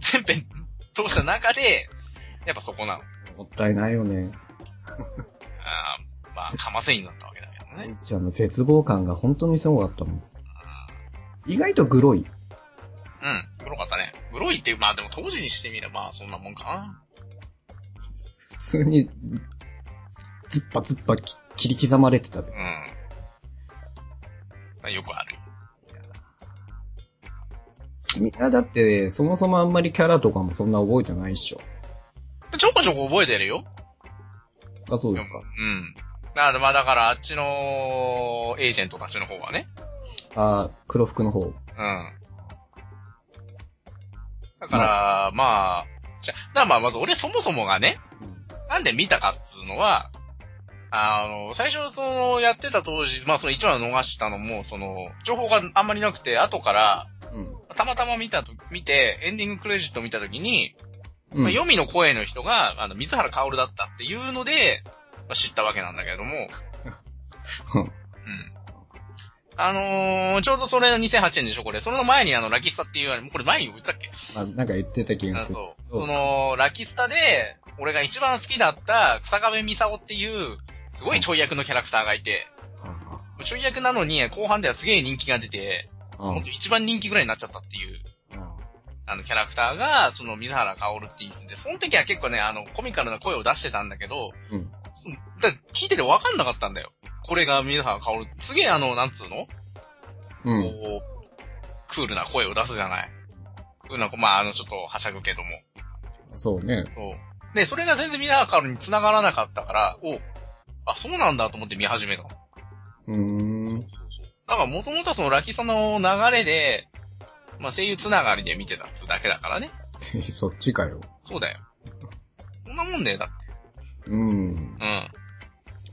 B: 全編通した中で、やっぱそこな
A: も
B: の。
A: ったいないよね。
B: あーまあ、かませになったわけだけどね。
A: 一話の絶望感が本当にすごかったもん。意外とグロい。
B: うん、グロかったね。グロいっていう、まあでも当時にしてみれば、まあそんなもんかな。
A: 普通に、ずっぱずっぱき切り刻まれてたで
B: うん。まあ、よくある。
A: みんなだって、そもそもあんまりキャラとかもそんな覚えてないっしょ。
B: ちょこちょこ覚えてるよ。
A: あ、そうですか。
B: うん。なまあだから、あっちの、エージェントたちの方がね。
A: あ黒服の方。
B: うん。だから、まあ、じゃ、だからまあまず俺そもそもがね、なんで見たかっつうのは、あの、最初その、やってた当時、まあその一話逃したのも、その、情報があんまりなくて、後から、
A: うん。
B: たまたま見たと、見て、エンディングクレジット見たときに、
A: うん。
B: まあ、読みの声の人が、あの、水原香織だったっていうので、まあ、知ったわけなんだけれども、
A: [laughs] うん
B: あのー、ちょうどそれの2008年でしょ、これ。それの前にあの、ラキスタっていうアニメ、これ前に言ったっけ
A: あなんか言ってた気
B: あ
A: がする。
B: そう。
A: うん
B: その、ラキスタで、俺が一番好きだった、草壁美沙っていう、すごいちょい役のキャラクターがいて、
A: あ
B: ちょい役なのに、後半ではすげえ人気が出て、
A: ああ
B: ほんと一番人気ぐらいになっちゃったっていう、あの、キャラクターが、その、水原香織っていう人で、その時は結構ね、あの、コミカルな声を出してたんだけど、
A: うん
B: そだ聞いてて分かんなかったんだよ。これが水原香織。すげえあの、なんつうの
A: うん。うん。
B: こう、クールな声を出すじゃない。クールな声、まあ、あの、ちょっとはしゃぐけども。
A: そうね。
B: そう。で、それが全然ミラーカルに繋がらなかったから、おあ、そうなんだと思って見始めたの。
A: うーん。
B: だから、もともとそのラキさの流れで、まあ、声優繋がりで見てたっつうだけだからね。
A: [laughs] そっちかよ。
B: そうだよ。そんなもんだよ、だって。
A: うん。
B: うん。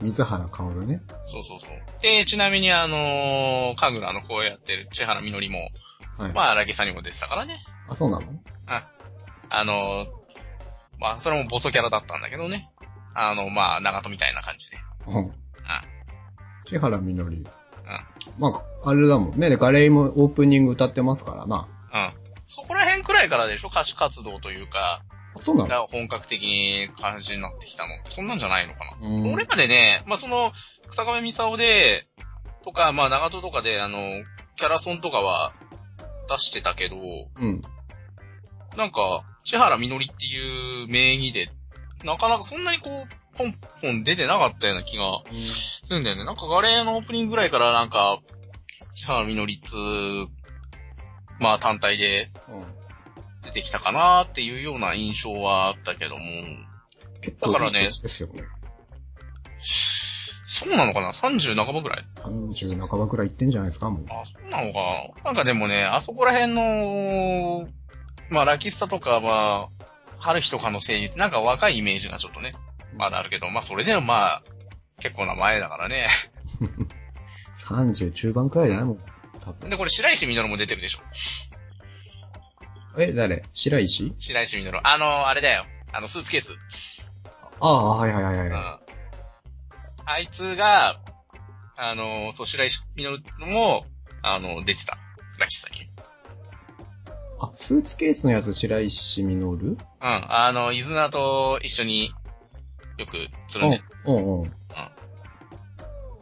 A: 水原香るね。
B: そうそうそう。で、ちなみにあのー、カグラの声やってる千原みのりも、
A: はい。
B: まあ、ラキさにも出てたからね。
A: あ、そうなの
B: あの、まあ、それもボソキャラだったんだけどね。あの、まあ、長門みたいな感じで。
A: うん。千原みのり。うん。まあ、あれだもんね。で、ガレイもオープニング歌ってますからな。
B: うん。そこら辺くらいからでしょ歌手活動というか、
A: あそうなの
B: が本格的に感じになってきたのって、そんなんじゃないのかな。
A: うん
B: 俺までね、まあ、その、草亀みさおで、とか、まあ、長門とかで、あの、キャラソンとかは出してたけど、
A: うん。
B: なんか、千原みのりっていう名義でなかなかそんなにこう、ポンポン出てなかったような気がするんだよね。なんかガレーのオープニングぐらいからなんか、シャーミのリッツ、まあ単体で
A: うん。
B: 出てきたかなっていうような印象はあったけども、
A: 結構
B: だからね
A: いい年ですよね。
B: そうなのかな ?30 半ばぐらい
A: 30半ばくらい行ってんじゃないですか、もう。
B: あ、そうなのかななんかでもね、あそこら辺の、まあラキスタとか、まあ、春日とかの声優ってなんか若いイメージがちょっとね、まだあるけど、まあそれでもまあ、結構な前だからね。 [laughs]
A: 30中盤くらいじゃないもん。多分。
B: で、これ白石みのるも出てるでしょ
A: え、誰白石
B: 白石みのる。あの、あれだよ。あの、スーツケース。
A: ああ、はいはいはい
B: うん。
A: は
B: あいつが、あの、そう、白石みのるも、あの、出てた。ラキスタに。
A: い。あ、スーツケースのやつ白石みのる
B: うん。あの、イズナと一緒に、よく、つるんでる。
A: うんうんうん。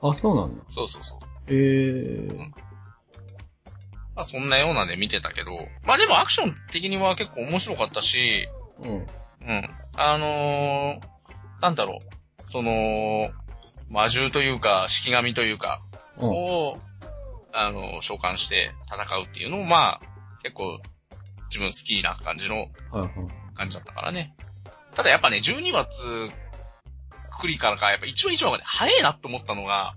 A: あ、そうなんだ。
B: そうそうそう。
A: えー。
B: まあ、そんなようなで見てたけど、まあでもアクション的には結構面白かったし、
A: うん。
B: うん。あのー、なんだろう。その、魔獣というか、式神というか、
A: うん。
B: を、あの、召喚して戦うっていうのを、まあ、結構、自分好きな感じの
A: はいはい。
B: 感じだったからね。ただやっぱね、12月、くりからか、やっぱ一話一話がね、早いなと思ったのが、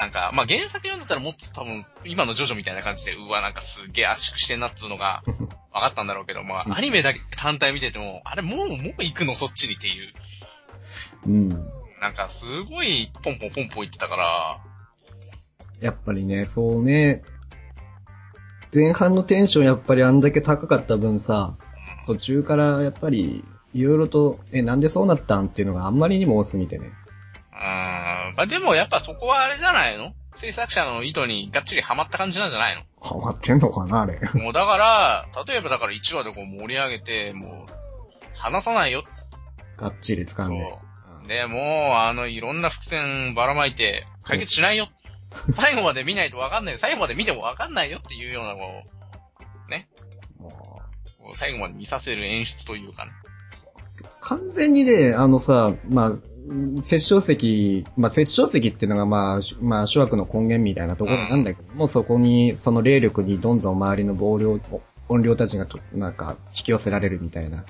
B: なんか、まあ、原作読んでたらもっと多分、今のジョジョみたいな感じで、うわ、なんかすげえ圧縮してんなっつうの
A: [laughs]
B: が、
A: うん。
B: 分かったんだろうけど、ま
A: うん
B: あ、アニメだけ単体見てても、あれ、もう、もう行くのそっちにっていう、
A: うん。
B: なんか、すごい、ポンポンポンポン言ってたから、
A: やっぱりね、そうね、前半のテンションやっぱりあんだけ高かった分さ、途中からやっぱり、いろいろと、え、なんでそうなったんっていうのがあんまりにも多すぎてね。
B: うーん、まあ、でもやっぱそこはあれじゃないの制作者の意図にがっちりハマった感じなんじゃないの
A: ハマってんのかな、あれ。
B: もうだから、例えばだから1話でこう盛り上げて、もう、話さないよって。
A: がっちり掴んで。
B: そう。で、もう、あの、いろんな伏線ばらまいて、解決しないよ。最後まで見ないとわかんない。最後まで見てもわかんないよっていうようなこ
A: も
B: う、こう最後まで見させる演出というかね。
A: う完全にね、あのさ、まあうん、殺生石、まあ、殺生石っていうのがまあ、しまあ、諸悪の根源みたいなところなんだけども、そこに、その霊力にどんどん周りの暴量、音量たちがと、なんか、引き寄せられるみたいな。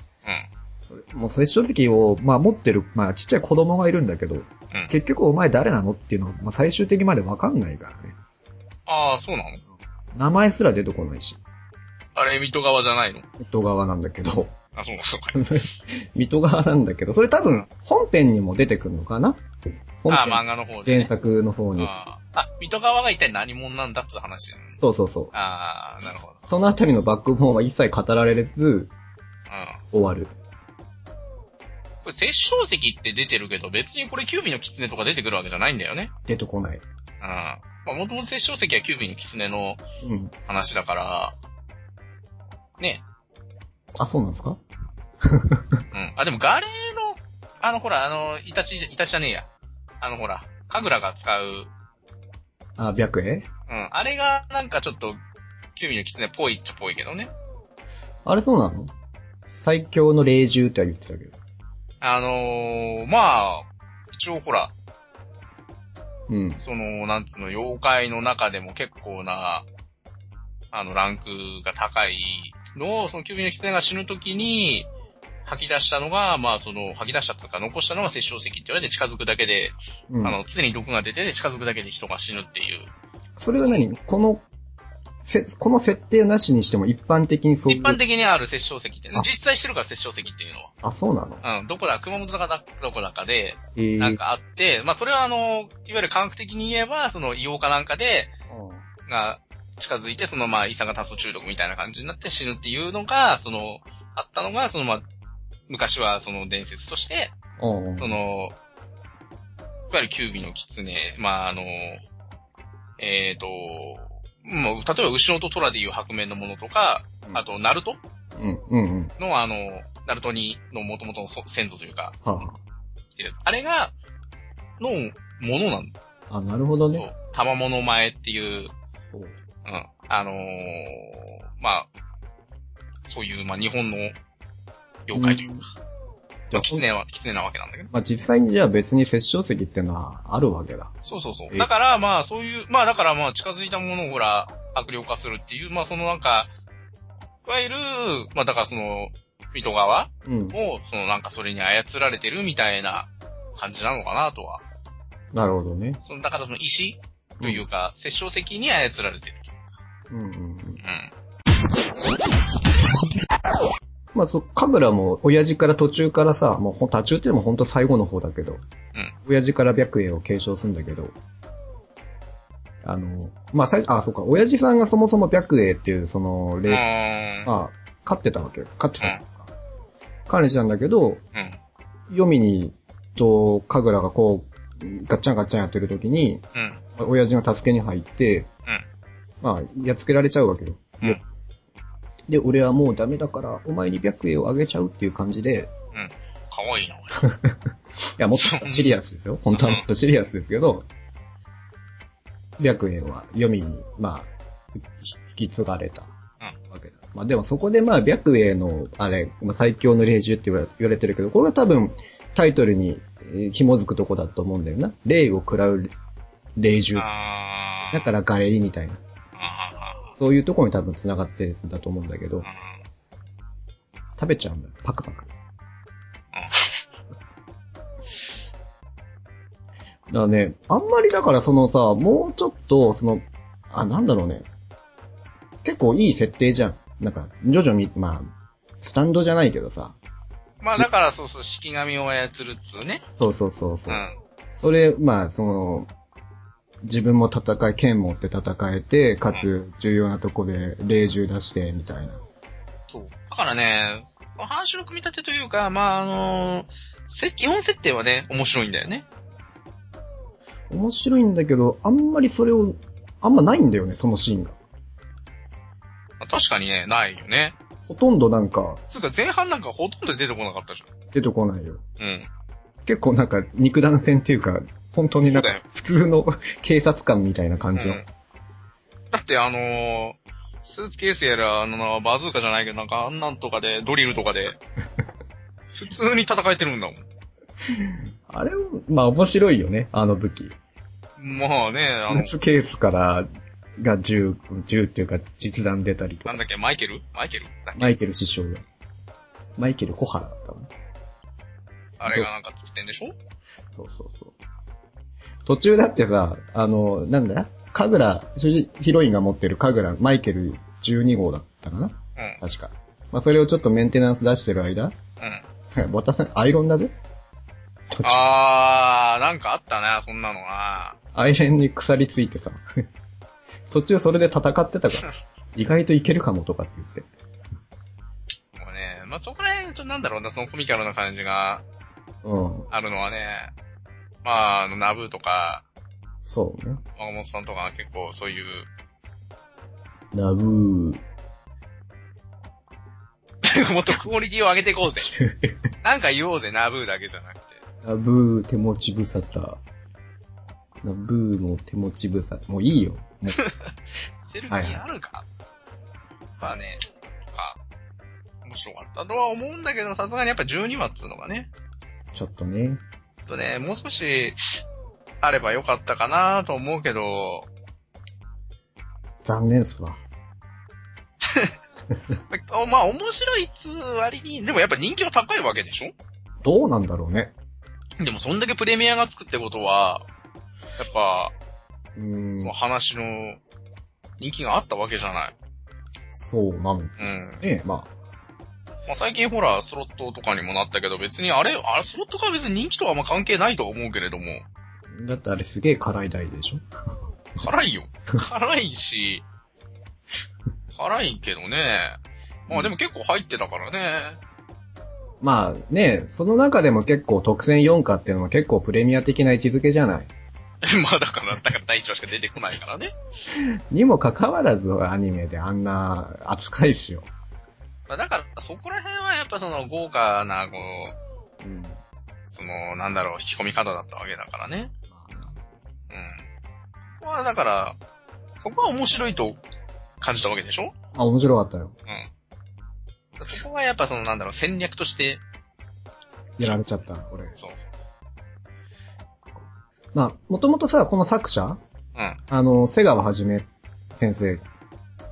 B: う
A: もう殺生石を、まあ、持ってる、まあ、ちっちゃい子供がいるんだけど、
B: ん。うん。
A: 結局お前誰なのっていうの、まあ、最終的までわかんないからね。
B: ああ、そうなの
A: 名前すら出てこないし。
B: あれ、水戸川じゃないの
A: 水戸川なんだけ
B: [laughs]
A: ど。
B: あ、そうか、そうか。
A: 水戸川なんだけど、それ多分本編にも出てくるのかな本
B: あ
A: 編
B: あ、漫画の方で、ね。
A: 原作の方に。
B: あーあ、水戸川が一体何者なんだって話だよね。
A: そうそうそう。
B: ああ、なるほど。
A: そのあたりのバックボーンは一切語られず
B: う
A: 終わる。
B: ん。これ、殺生石って出てるけど、別にこれ、キュービの狐とか出てくるわけじゃないんだよね。
A: 出てこない。
B: うん。まあ、もともと殺生石はキュービの狐の
A: うん。
B: 話だから、ね。
A: あ、そうなんですか
B: うん。あ、でも、ガレーの、あの、ほら、あの、イタチ、イタチじゃねえや。あの、ほら、カグラが使う、
A: あ、白絵
B: うん。あれが、なんかちょっと、キュービの狐っぽいっちゃっぽいけどね。
A: あれそうなの最強の霊獣っては言ってたけど。
B: あのー、まあ、一応ほら、
A: うん。
B: その、なんつうの、妖怪の中でも結構な、あの、ランクが高いのを、そのキュービの狐が死ぬときに、吐き出したのが、まあその、吐き出したっていうか残したのが殺生石って言われて近づくだけで、
A: うん、
B: あの、常に毒が出てて近づくだけで人が死ぬっていう。
A: それは何この、せ、この設定なしにしても一般的にそういう。
B: 一般的にある殺生石ってね
A: あ、
B: 実際してるから殺生石っていうの
A: あ、そうなの
B: は。うん、どこだ、熊本だかどこだかで、
A: えー
B: なんかあって、まあそれはあの、いわゆる科学的に言えば、その、硫黄かなんかで、が近づいて、そのまあ、胃酸が炭素中毒みたいな感じになって死ぬっていうのが、その、あったのが、そのまあ、昔はその伝説として、
A: うん。うん。
B: その、いわゆるキュービの狐、まああの、えっ、と、もう、例えば後ろと虎でいう白面のものとか、
A: うん
B: あと、ナルト
A: うん、うん、うん。
B: のあの、ナルトに、の元々のそ先祖というか、
A: は
B: 来てるやつあれが、の、ものなんだ。
A: あ、あ、なるほど
B: そ
A: ね。
B: う。玉物前っていう、うん。あのー、まあ、そういう、まあ、日本の妖怪というか、
A: じゃあ
B: キツネは、キツネなわけなんだけど。
A: まあ、実際にじゃあ別に殺生石ってのはあるわけだ。
B: そうそうそ
A: え
B: う。だから、まあ、そういう、まあ、だから、まあ、近づいたものを、ほら、悪霊化するっていう、まあ、そのなんか、いわゆる、まあ、だからその、水戸川
A: うん。
B: も、そのなんかそれに操られてるみたいな感じなのかなとは。
A: なるほどね。
B: その、だからその石というか、殺生石に操られてる。
A: うんうんうん。
B: うん。
A: まあ、そう、神楽も、親父から途中からさ、もうほん、途中っていうのも本当最後の方だけど、親父から白衣を継承するんだけど、あの、まあ、最初、あ、そうか、親父さんがそもそも白衣っていう、その、
B: う
A: 霊、
B: ーん。
A: まあ、飼ってたわけよ。飼ってたのか。管理してたんだけど、
B: うん。
A: 読みに、と、神楽がこう、ガッチャンガッチャンやってる時に、
B: うん。
A: 親父が助けに入って、
B: うん
A: まあ、やっつけられちゃうわけよ。
B: うん
A: で、俺はもうダメだから、お前に白衣をあげちゃうっていう感じで、
B: かわいいな、俺。
A: いや、もっとシリアスですよ。本当はもっとシリアスですけど、白衣は読みに、まあ、引き継がれたわけだ。まあでもそこでまあ、白衣の、あれ、まあ、最強の霊獣って言われ言われてるけど、これは多分タイトルにえー紐づくとこだと思うんだよな。霊を食らう霊獣。
B: あー。
A: だからガレリみたいな。
B: あ
A: そういうところに多分繋がってんだと思うんだけど
B: ー、、うん
A: 食べちゃうんだよ。パクパク。だからね、あんまりだからそのさ、もうちょっと、その、あ、なんだろうね。結構いい設定じゃん。なんか、徐々に、まあ、スタンドじゃないけどさ。
B: まあ、だから、そうそう、式神を操るっつうね。
A: そうそうそうそうう。
B: ん。
A: それ、まあ、その、自分も戦い、剣持って戦えて、かつ、重要なとこで、霊獣出して、みたいな。
B: そう。だからね、その話の組み立てというか、まあ、あのせ、基本設定はね、面白いんだよね。
A: 面白いんだけど、あんまりそれを、あんまないんだよね、そのシーンが。
B: まあ確かにね、ないよね。
A: ほとんどなんか、
B: つうか、前半なんかほとんど出てこなかったじ
A: 出てこないよ。
B: ゃん。うん。
A: 結構なんか肉弾戦っていうか、本当になん
B: そうだ
A: か
B: よ
A: 普通の [laughs] 警察官みたいな感じの。
B: うんだって、あのースーツケースやら、あの、バズーカじゃないけど、なんか、あんなんとかで、ドリル
A: [laughs]
B: とかで、普通に戦えてるんだも
A: あれ、まあ面白いよね、あの武器。
B: ん。まあね、
A: ス
B: あ
A: ー
B: の、
A: ツケースからが銃、銃っていうか実弾出たりとか
B: なん。だっけ、マイケルマイケルだっけ
A: マイケル師匠が。マイケル小原だったの
B: あれがなんか作ってんでしょ
A: そうそうそう。途中だってさ、あの、なんだカグラ、主人ヒロインが持ってるカグラ、マイケル12号だったかな
B: うん。うん。
A: 確か。まあそれをちょっとメンテナンス出してる間、 [laughs] 渡さん、アイロンだぜ途中
B: あー、なんかあったな、そんなのな。
A: アイレンに鎖ついてさ、 [laughs] 途中それで戦ってたから、意外といけるかもとかって言って。
B: もうね、まあ、そこら辺、ちょっとなんだろうな、そのコミカルな感じが
A: うん。
B: あるのはね、まあ、あの、ナブーとか、
A: そうね。
B: マゴモトさんとかは結構そういう、 [laughs]
A: ナブー。
B: もっとクオリティを上げていこうぜ。なんか言おうぜ、ナブーだけじゃなくて。
A: ナブー手持ち無沙汰。ナブーの手持ち無沙汰。もういいよ。もう
B: セルフィーあるか、まあね、か、面白かったとは思うんだけど、さすがにやっぱ12話っつうのがね、
A: ちょっとね。
B: ちょっとね、もう少し、あればよかったかなと思うけど、
A: 残念っすわ。
B: まあまあ、面白いっつう割に、でもやっぱ人気は高いわけでしょ
A: どうなんだろうね。
B: でもそんだけプレミアがつくってことは、やっぱ、
A: う
B: そ
A: ー
B: の
A: ん。
B: 話の人気があったわけじゃない。
A: そうなんで
B: う
A: す
B: ん。
A: ね。ま
B: まあ、最近ほら、スロットとかにもなったけど、別にあれ、あれ、スロットが別に人気とはあんま関係ないとは思うけれども、
A: あ。だってあれすげえ辛い台でしょ [laughs]
B: 辛いよ。辛いし、辛いけどね。まあでも結構入ってたからね。 [laughs]
A: まあね、その中でも結構特選4課っていうのは結構プレミア的な位置づけじゃない。
B: まあだから、だから第一話しか出てこないからね。
A: にもかかわらずアニメであんな扱いっすよ。
B: まあだから、そこら辺はやっぱその豪華な、こ
A: う
B: う、
A: ん。ま
B: その、なんだろう、引き込み方だったわけだからね。
A: あな
B: うん。そこはだから、ここは面白いと感じたわけでしょ
A: あ、面白かったよ。
B: うん。そこはやっぱそのなんだろう、戦略として
A: やられちゃった、俺。
B: そう。
A: まあ、もともとさ、この作者、
B: うん。
A: あの、瀬川はじめ先生、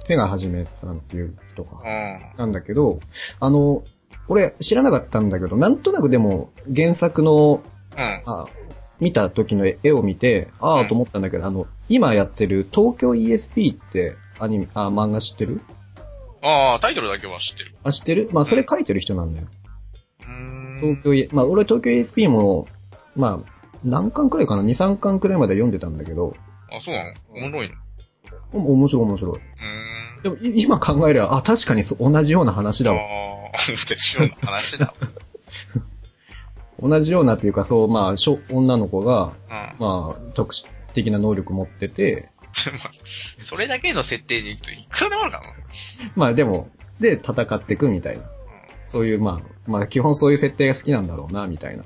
A: 瀬川はじめさんっていう人か。
B: うん。
A: なんだけど、あの、俺知らなかったんだけど、なんとなくでも原作の、
B: うん。
A: あ見た時の絵を見て、ああと思ったんだけど、あの、今やってる東京 ESP ってアニメ、あ、漫画知ってる
B: ああ、タイトルだけは知ってる。
A: あ、知ってるまあ、それ書いてる人なんだよ。
B: うーん。
A: 東京 E、まあ、俺東京 ESP も、まあ、何巻くらいかな ?2、3巻くらいまで読んでたんだけど、
B: あ、そうなのおもろいの。う
A: お面白い面白い。
B: ーん。
A: でも、い今考えれば、あ、確かにそ同じような話だわ。
B: ああ、私ような話だ。
A: 同じようなっていうか、そう、まあ、しょ女の子が、
B: うん。 [laughs] ま
A: まあ、特殊的な能力持ってて、
B: あ、それだけの設定でいくといくらでもあるからな。
A: まあでも、で、戦っていくみたいな。そういう、まあ、まあ基本そういう設定が好きなんだろうな、みたいな。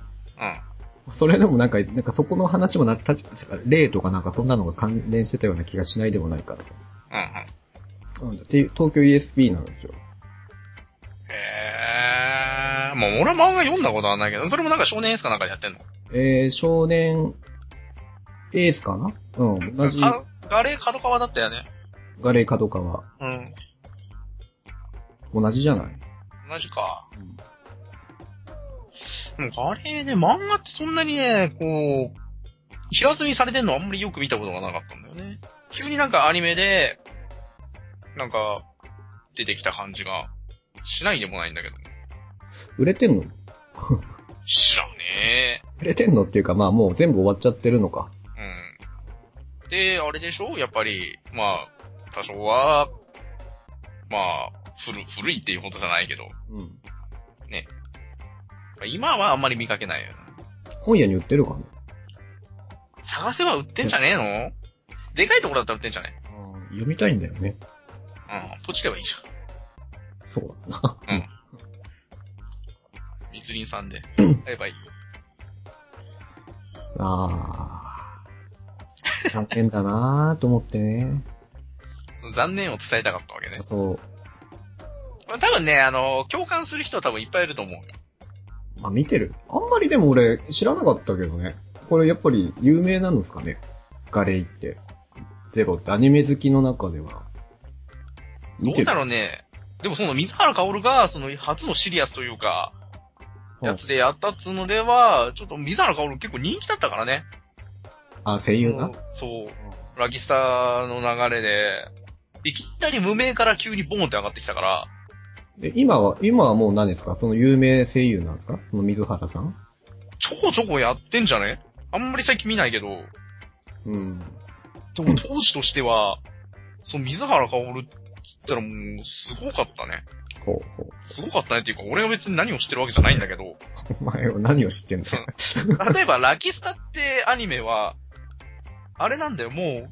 B: うん。
A: それでもなんか、なんかそこの話もな、たち、例とかなんかそんなのが関連してたような気がしないでもないからさ。
B: うん。う
A: う
B: ん。
A: ん、っていう、東京 ESP なんですよ。
B: へえ。まあ、俺は漫画読んだことはないけど、それもなんか少年エースかなんかでやってんの
A: えー、少年、エースかなうん、同じ、
B: かガレー角川だったよね。
A: ガレー角川。
B: うん。
A: 同じじゃない
B: 同じか。でもガレーね、漫画ってそんなにね、こう、平積みされてんのあんまりよく見たことがなかったんだよね。急になんかアニメで、なんか、出てきた感じが、しないでもないんだけど。
A: 売れてんの
B: 知らね
A: 売れてんのっていうか、まあもう全部終わっちゃってるのか。
B: え。うん。で、あれでしょやっぱり、まあ、多少は、まあ、古、古いっていうことじゃないけど、
A: うん。
B: 今はあんまり見かけないよね。
A: 本屋に売ってるかね
B: 探せば売ってんじゃねえのでかいところだったら売ってんじゃね
A: 読みたいんだよね。
B: えうん。ポチればいいじゃ
A: そうだな。
B: ん。密林さんで。買えばいいよ。
A: ああ。残念だなーと思ってね。
B: その残念を伝えたかったわけね。
A: そ
B: まあ多分ね、あの、共感する人は多分いっぱいいると思うよ。
A: う。まあ見てる。あんまりでも俺知らなかったけどね。これやっぱり有名なんですかね。ガレイって。ゼロってアニメ好きの中では。
B: ど
A: 見て
B: う
A: る
B: だろうね。でもその水原薫が、その初のシリアスというか、
A: うん
B: やつでやったっつうのでは、ちょっと水原薫結構人気だったからね。
A: あ、声優な。
B: そう。ラキスタの流れで、いきなり無名から急にボーンって上がってきたから、
A: で今は、今はもう何ですかその有名声優なんですかその水原さん
B: ちょこちょこやってんじゃねあんまり最近見ないけど、
A: うん。
B: でも当時としては、その水原薫っつったらもう、すごかったね。
A: ほうほ
B: すごかったねっていうか、俺は別に何を知ってるわけじゃないんだけど、
A: う。お前は何を知ってんだ
B: そ例えば [laughs] ラキスタってアニメは、あれなんだよ、もう、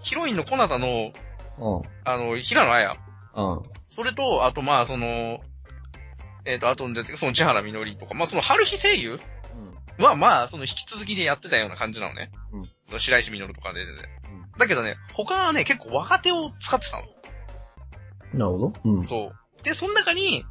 B: ヒロインのコナタの、
A: [laughs] うん。
B: あの、平野綾。
A: うん。
B: それと、あとまあ、その、えっ、と、あと、でその千原みのりとか、まあその春日声優はまあ、その引き続きでやってたような感じなのね。
A: うん
B: その白石みのるとかで出てて。だけどね、他はね、結構若手を使ってたの。
A: うん。なるほど。うん。
B: そう。で、その中に、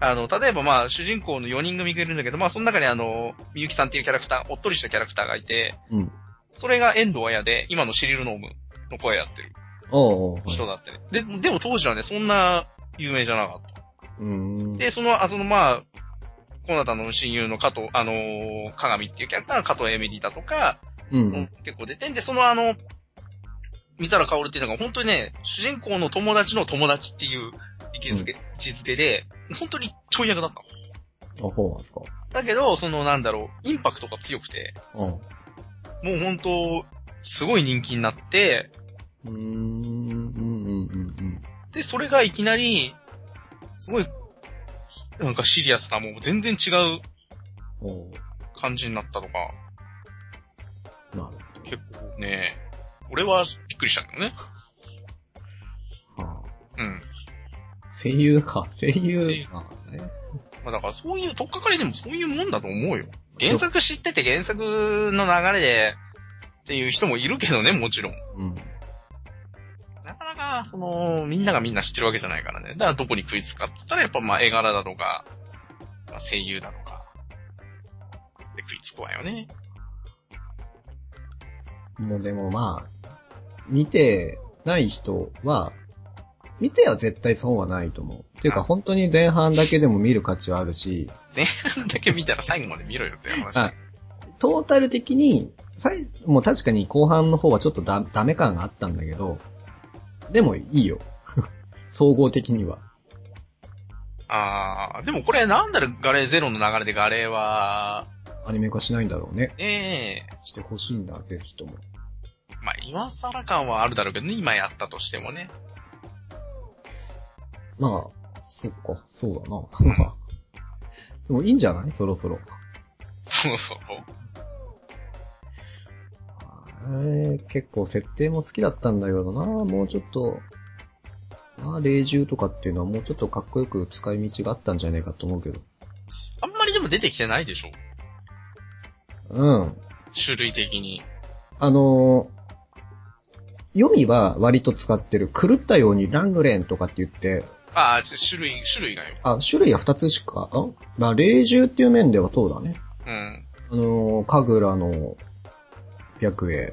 B: あの、例えばまあ、主人公の4人組がいるんだけど、まあ、その中にあの、みゆきさんっていうキャラクター、おっとりしたキャラクターがいて、
A: うん。
B: それが遠藤綾で、今のシリルノームの声やってる
A: おうおうはい
B: 人だってね。で、でも当時はね、そんな有名じゃなかった。
A: うーん。
B: で、その、あ、そのまあ、コナタの親友の加藤、あのー、鏡っていうキャラクターの加藤エミリーだとか、
A: う
B: その
A: ん。
B: 結構出てんで、そのあの、水原薫っていうのが本当にね、主人公の友達の友達っていう位置づけ、位置づけで、本当にちょい役だったの。
A: あ、そうなんですか。
B: だけど、そのなんだろう、インパクトが強くて、
A: うん。
B: もう本当、すごい人気になって、
A: うーん、うん、うん、うん。
B: で、それがいきなり、すごい、なんかシリアスな、もう全然違う
A: うんおう
B: 感じになったとか、
A: なるほ
B: 結構ね、俺はびっくりしたんだよね。
A: ど。は
B: うん。
A: あ声優か、 [laughs] 声
B: 声
A: 優
B: 優
A: か、ね。
B: まあだからそういう、とっかかりでもそういうもんだと思うよ。原作知ってて原作の流れで、っていう人もいるけどね、もちろん。
A: うん。
B: なかなか、その、みんながみんな知ってるわけじゃないからね。だからどこに食いつくかっつったら、やっぱまあ絵柄だとか、まあ、声優だとか、で、食いつくわよね。
A: もうでもまあ、見てない人は、見ては絶対損はないと思う。っていうか
B: あ
A: 本当に前半だけでも見る価値はあるし、
B: 前半だけ見たら最後まで見ろよって話。
A: はいトータル的に、最もう確かに後半の方はちょっとダダメ感があったんだけど、でもいいよ。 [laughs] 総合的には。
B: あー、でもこれなんだろう、ガレーゼロの流れでガレーは、
A: アニメ化しないんだろうね。
B: ねえ、
A: してほしいんだ、ぜひとも。
B: まあ今更感はあるだろうけどね、今やったとしてもね。
A: まあ、そっか、そうだな。 [laughs] でもいいんじゃないそろそろ。
B: そろそろ。
A: あれ結構設定も好きだったんだけどな、もうちょっと、まあ、霊獣とかっていうのはもうちょっとかっこよく使い道があったんじゃないかと思うけど。
B: あんまりでも出てきてないでしょ
A: うん。
B: 種類的に。
A: あのー、読みは割と使ってる。狂ったようにラングレンとかって言って、
B: あー、種類、種類がよ。
A: あ、種類は2つしか、あまあ、霊獣っていう面ではそうだね。
B: うん。
A: あのー、神楽の白衣、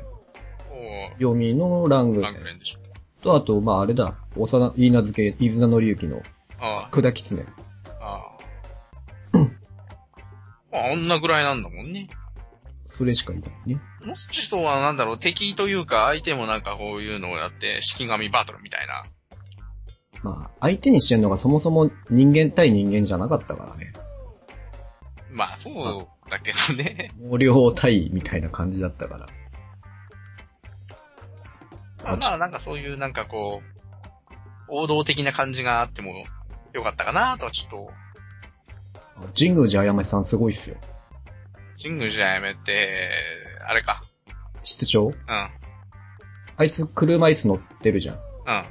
B: お
A: 読みのラング
B: ー、
A: レ
B: ラン
A: ン
B: クレンでしょ。
A: と、あと、まあ、あれだ、幼、いいなずけ、飯綱のりゆきの、
B: あ
A: くだきつね。
B: ー、あー。まあ、あんなぐらいなんだもんね。
A: それしかいないね。
B: もう少しそうはなんだろう、敵というか相手もなんかこういうのをやって、式神バトルみたいな。
A: まあ、相手にしてるのがそもそも人間対人間じゃなかったからね。
B: まあそうだけどね。
A: 毛量対みたいな感じだったから。
B: まあまあなんかそういうなんかこう、王道的な感じがあってもよかったかなとはちょっと、
A: あ神宮寺あやめさんすごいっすよ。
B: 神宮寺やめて、あれか。
A: 室長
B: うん、う
A: あいつ車椅子乗ってるじゃん。
B: ん。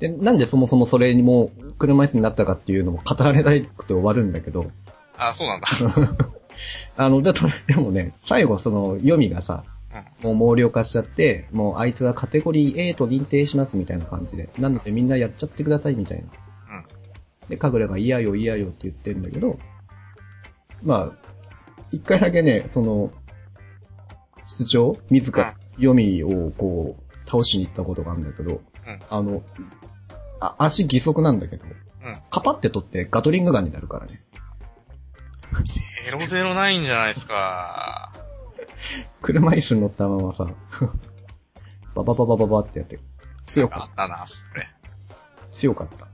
A: で、なんでそもそもそれにも車椅子になったかっていうのも語られなくて終わるんだけど、
B: あ、そう [laughs] なんだ。
A: あの、だと、 [laughs] でもね、最後その、読みがさ、もう毛量化しちゃって、もうあいつはカテゴリー A と認定しますみたいな感じで、なのでみんなやっちゃってくださいみたいな。
B: うん。
A: で、かぐれが嫌よ嫌よって言ってんだけど、まあ、一回だけね、その、室長自ら、読みをこう、倒しに行ったことがあるんだけど、
B: うん
A: あの、あ足義足なんだけど、
B: うん
A: カパって取ってガトリングガンになるからね。
B: うん。009じゃないですか。
A: 車椅子に乗ったままさ、 [laughs] ババババババってやって、強か
B: あ
A: っ
B: ったな、それ。
A: た。強かった。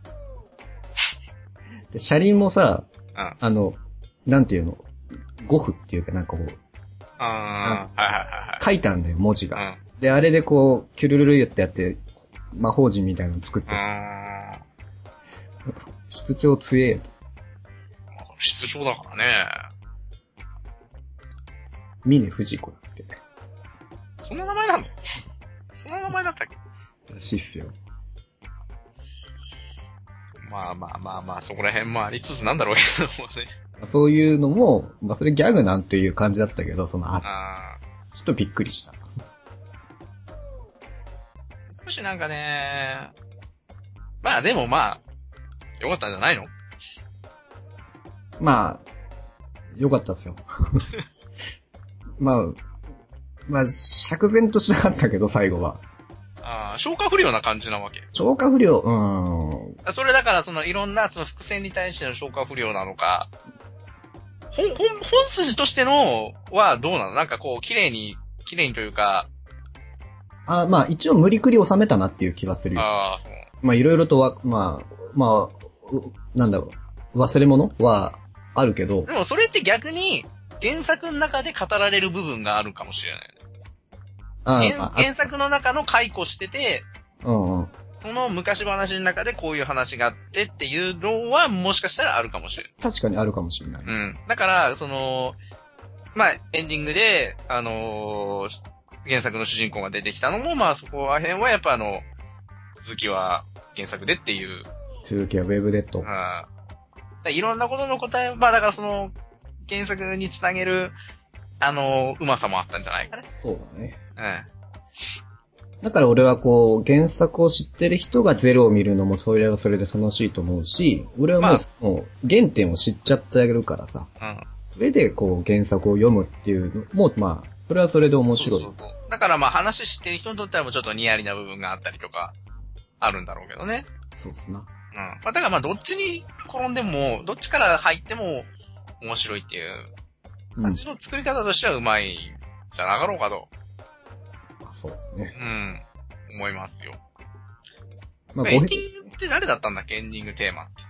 A: で、車輪もさ、
B: うん。うん。
A: あの、なんていうの、ゴフっていうかなんかこう、
B: はいはい
A: 書いたんだよ、文字
B: はい
A: が。
B: はい。
A: で、あれでこう、キュルルルってやって、魔法陣みたいなの作って、
B: うん。うん。
A: 室長強え。
B: まあ出場だからね。
A: 峰藤子だって。
B: そんな名前なのそんな名前だったっけ
A: らしいっすよ。
B: まあまあまあまあ、そこら辺もありつつなんだろうけどもね。
A: そういうのも、まあ、それギャグなんていう感じだったけど、その、あ、ちょ
B: あー
A: っとびっくりした。
B: 少しなんかね、まあでもまあ、よかったんじゃないの
A: まあ、よかったっすよ。 [laughs] まあ、まあ、釈然としなかったけど、最後は。
B: ああ、消化不良な感じなわけ。
A: 消化不良、うーん。
B: それだからそのいろんなその伏線に対しての消化不良なのか、本、本、本筋としてのはどうなのなんかこう、綺麗に、綺麗にというか、
A: あ、まあ、一応無理くり収めたなっていう気はするよ。
B: ああ、そう
A: まあ、いろいろとわ、まあ、まあ、うなんだろう、忘れ物はあるけど、
B: でもそれって逆に、原作の中で語られる部分があるかもしれない。
A: あ
B: 原
A: あ
B: 原作の中の解雇してて、
A: あうんうん。
B: その昔話の中でこういう話があってっていうのはもしかしたらあるかもしれ
A: 確かにあるかもしれない。
B: ない。うん。だから、その、まあ、エンディングで、あのー原作の主人公が出てきたのも、まあそこら辺はやっぱあの、続きは原作でっていう、
A: 続きはウェブレッ
B: う
A: ド
B: ん。だ。からいろんなことの答え、まあだからその、原作につなげる、あのーうまさもあったんじゃないかね。
A: そうだね。
B: うん。
A: だから俺はこう、原作を知ってる人がゼロを見るのもそれはそれで楽しいと思うし、俺はもう、
B: まあ
A: もう原点を知っちゃってあげるからさ、
B: うん。
A: 上で、こう、原作を読むっていうのも、まあ、それはそれで面白い。
B: そうそうそうだからまあ話知ってる人にとってはもうちょっとニヤリな部分があったりとか、あるんだろうけどね。
A: そうですな。
B: うん。まあだからまあどっちに転んでも、どっちから入っても面白いっていう
A: うん。
B: 感じの作り方としてはうまいんじゃなかろうかと、
A: まあそうですね。
B: うん、思いますよ。
A: まあ、ご
B: エ
A: へ
B: ンディングって誰だったんだっけエンディングテーマって。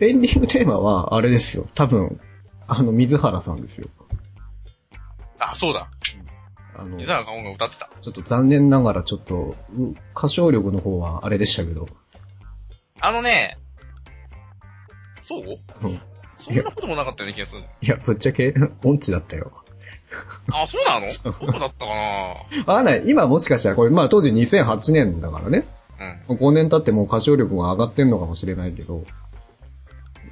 A: エンディングテーマは、あれですよ。多分、あの、水原さんですよ。
B: あ、そうだ。
A: あの、
B: 水原かおが歌ってた。
A: ちょっと残念ながら、ちょっと、う歌唱力の方はあれでしたけど、
B: あのね、そう
A: うんい
B: そんなこともなかったような気がする。
A: や、ぶっちゃけ、音痴だったよ。
B: あ、そうなのそうだったかな
A: あない、今もしかしたら、これ、まあ当時2008年だからね。
B: うん。
A: 5年経ってもう歌唱力が上がってんのかもしれないけど、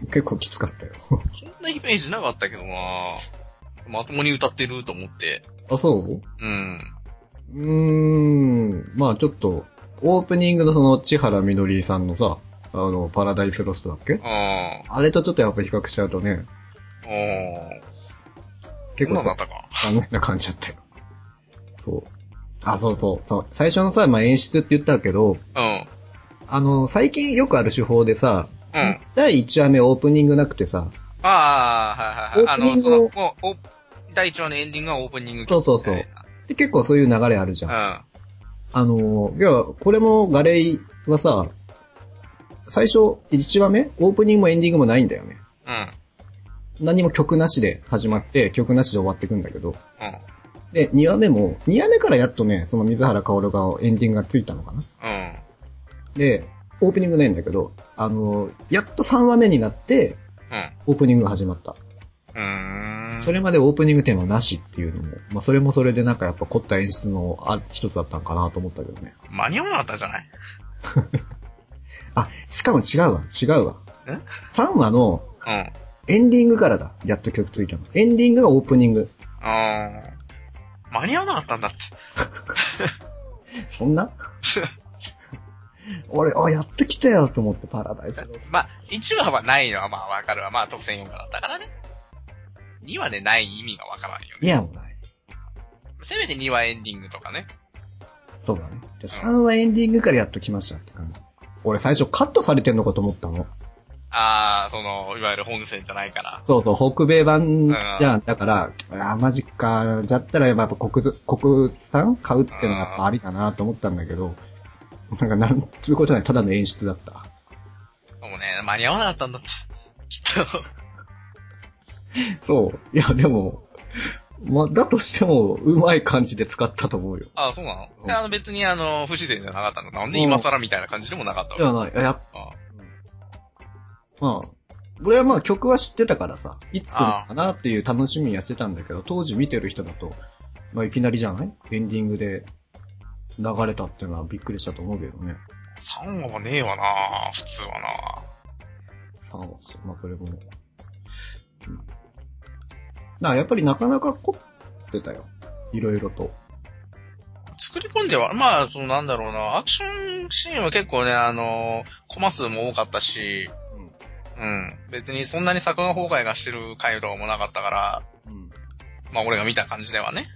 A: 結構きつかったよ。 [laughs]
B: そんなイメージなかったけどなまともに歌ってると思って。
A: あ、そう
B: うん。
A: うーん、まあちょっと、オープニングのその千原みのりさんのさ、あの、パラダイスロストだっけ
B: あ
A: あれとちょっとやっぱ比較しちゃうとね、
B: あ。うん。
A: 結
B: そんな
A: 構
B: んだったか。
A: 残念な感じだったよ。そう。あ、そうそう。そう最初のさ、まあ演出って言ったけど、
B: うん。
A: あの、最近よくある手法でさ、
B: うん。
A: 第1話目オープニングなくてさ、
B: ああ、はいはいはい。あ
A: オープニン
B: の、そ
A: グを
B: の、もう、お第1話のエンディングはオープニング。
A: そうそうそう
B: うん。
A: で結構そういう流れあるじゃん。
B: あ
A: あの、要は、これもガレイはさ、最初1話目オープニングもエンディングもないんだよね。
B: うん。うん。
A: 何も曲なしで始まって、曲なしで終わっていくんだけど。で、2話目も、2話目からやっとね、その水原かおるがエンディングがついたのかな。
B: うん。
A: で、オープニングないんだけど、あの、やっと3話目になって、オープニングが始まった。
B: うん。うーん。
A: それまでオープニングテーマなしっていうのも、まあそれもそれでなんかやっぱ凝った演出のあ一つだったんかなと思ったけどね。
B: 間に合わなかったじゃない
A: あ、しかも違うわ、違うわ
B: え。
A: 3話の
B: うん。
A: エンディングからだ。やっと曲ついたの。エンディングがオープニング。
B: ああ。間に合わなかったんだって。
A: そんな俺、あ、やってきたよと思って、パラダイスロス。
B: [laughs] まあ、1話はないのはまあわかるわ。まあ、特選4話だったからね。2話でない意味がわからんよ
A: い
B: ね。
A: やもうない。
B: せめて2話エンディングとかね。
A: そうだね。じゃあ3はエンディングからやっときましたって感じ。俺最初カットされてんのかと思ったの。
B: ああ、その、いわゆる本線じゃないから。
A: そうそう、北米版
B: ん
A: じゃん。だから、あー、マジか。じゃったらやっぱ国ず、国産買うってのがやっぱありだなと思ったんだけど、なんかなんつうことない、ただの演出だった。
B: でもね、間に合わなかったんだって。 [laughs] きっと。
A: そう。いや、でも、まあ、だとしても、うまい感じで使ったと思うよ。
B: ああ、そうな
A: う
B: の
A: ん
B: であの別にあの、不自然じゃなかったの。なんで今更みたいな感じでもなかった
A: では
B: わ
A: ない。いややっ
B: け。あ
A: まあ、俺はまあ曲は知ってたからさ、いつ来るのかなっていう楽しみにはしてたんだけど、当時見てる人だと、まあいきなりじゃないエンディングで流れたっていうのはびっくりしたと思うけどね。
B: あ3話はねえわな普通はな
A: ファンはそうまあそれも。うん。なあ、やっぱりなかなか凝ってたよ。いろいろと。
B: 作り込んでは、まあ、そのなんだろうなアクションシーンは結構ね、あの、コマ数も多かったし、うん。別にそんなに作画崩壊がしてる回とかもなかったから、
A: うん。
B: まあ俺が見た感じではね。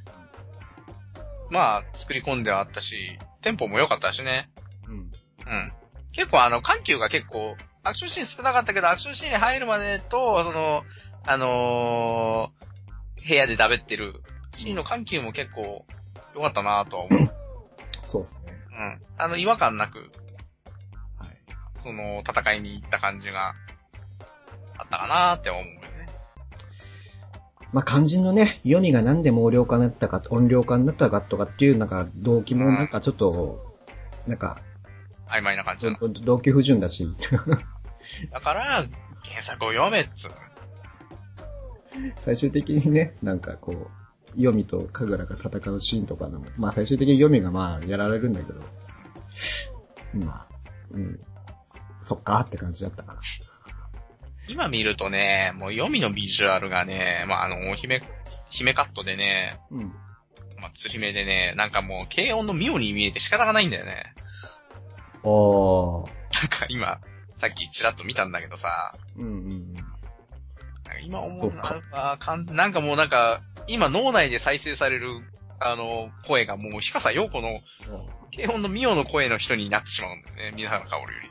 B: まあ、作り込んではあったし、テンポも良かったしね。
A: うん。
B: うん。結構あの、緩急が結構、アクションシーン少なかったけど、アクションシーンに入るまでと、その、あのー部屋でだべってるシーンの緩急も結構良かったなぁとは思う。うん。
A: そうですね。
B: あの、違和感なく、
A: はい。
B: その、戦いに行った感じがあったかなぁって思うよね。
A: まあ、肝心のね、読みが何で毛量化になったか、音量化になったかとかっていう、なんか、動機もなんかちょっと、なんか、
B: 曖昧な感じ
A: ち
B: だ
A: ょ
B: な
A: っ。と動機不純だし。 [laughs]
B: だから、原作を読めっつうの。
A: 最終的にね、なんかこう、読みと神楽が戦うシーンとかでも、まあ最終的に読みがまあやられるんだけど、まあ、うん。そっかって感じだったかな。
B: 今見るとね、もう読みのビジュアルがね、まああの、姫、姫カットでね、
A: うん。
B: まあ釣り目でね、なんかもう軽音の妙に見えて仕方がないんだよね。
A: おー。
B: なんか今、さっきちらっと見たんだけどさ、
A: うんうんうん。
B: なんか今思うの
A: そ
B: は、やっぱ完全なんかもうなんか、今脳内で再生される、あの、声がもう、ヒカサヨーコの、低音のミオの声の人になってしまうんだよね。水原香織より。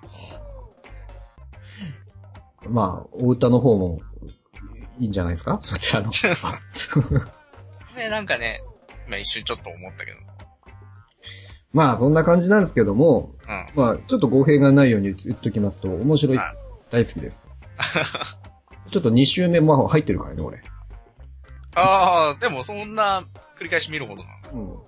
A: まあ、お歌の方も、いいんじゃないですかそちら [laughs] の。
B: [laughs] ね、なんかね、今一瞬ちょっと思ったけど。
A: まあ、そんな感じなんですけども、
B: うん。
A: まあ、ちょっと語弊がないように言っときますと、面白いっす。大好き [laughs] です。ちょっと2周目も入ってるからね、俺。
B: ああ、でもそんな、繰り返し見るほどなの。
A: うん。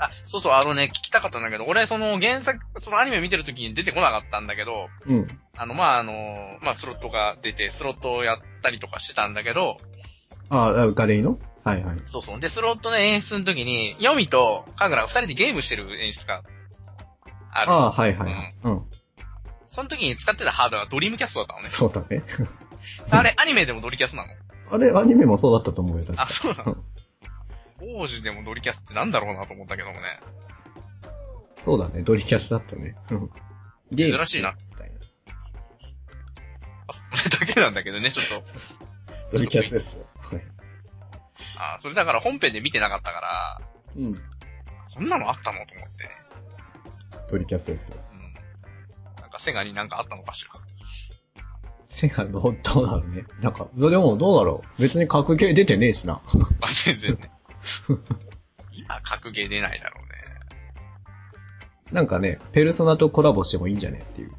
B: あ、そうそう、あのね、聞きたかったんだけど、俺、その原作、そのアニメ見てる時に出てこなかったんだけど、
A: うん。
B: あの、まあ、あの、まあ、スロットが出て、スロットをやったりとかしてたんだけど、
A: ああ、ガレイのはいはい。
B: そうそう。で、スロットの演出の時に、ヨミとカグラが二人でゲームしてる演出がある。
A: ああ、はいはいはい。うん。
B: その時に使ってたハードはドリームキャストだったのね。
A: そうだね。 [laughs]
B: あれ、アニメでもドリキャスなの
A: あれ、アニメもそうだったと思うよ、確
B: あ、
A: か。
B: そうなの王子でもドリキャスってなんだろうなと思ったけどもね。
A: そうだね、ドリキャスだったね。うん。ゲ
B: 珍しいな。 [laughs]
A: みたいな。
B: あそれだけなんだけどね、ちょっと。
A: ドリキャスですよ。はい。
B: あそれだから本編で見てなかったから、
A: うん。
B: こんなのあったのと思ってね。
A: ドリキャスですよ。
B: うん。なんかセガになんかあったのかしら。 [laughs]
A: セガの、どうだろうね。なんか、でもどうだろう。別に格ゲー出てねえしな。
B: あ、全然
A: [laughs]
B: ね。今、格ゲー出ないだろうね。
A: なんかね、ペルソナとコラボしてもいいんじゃねっていう。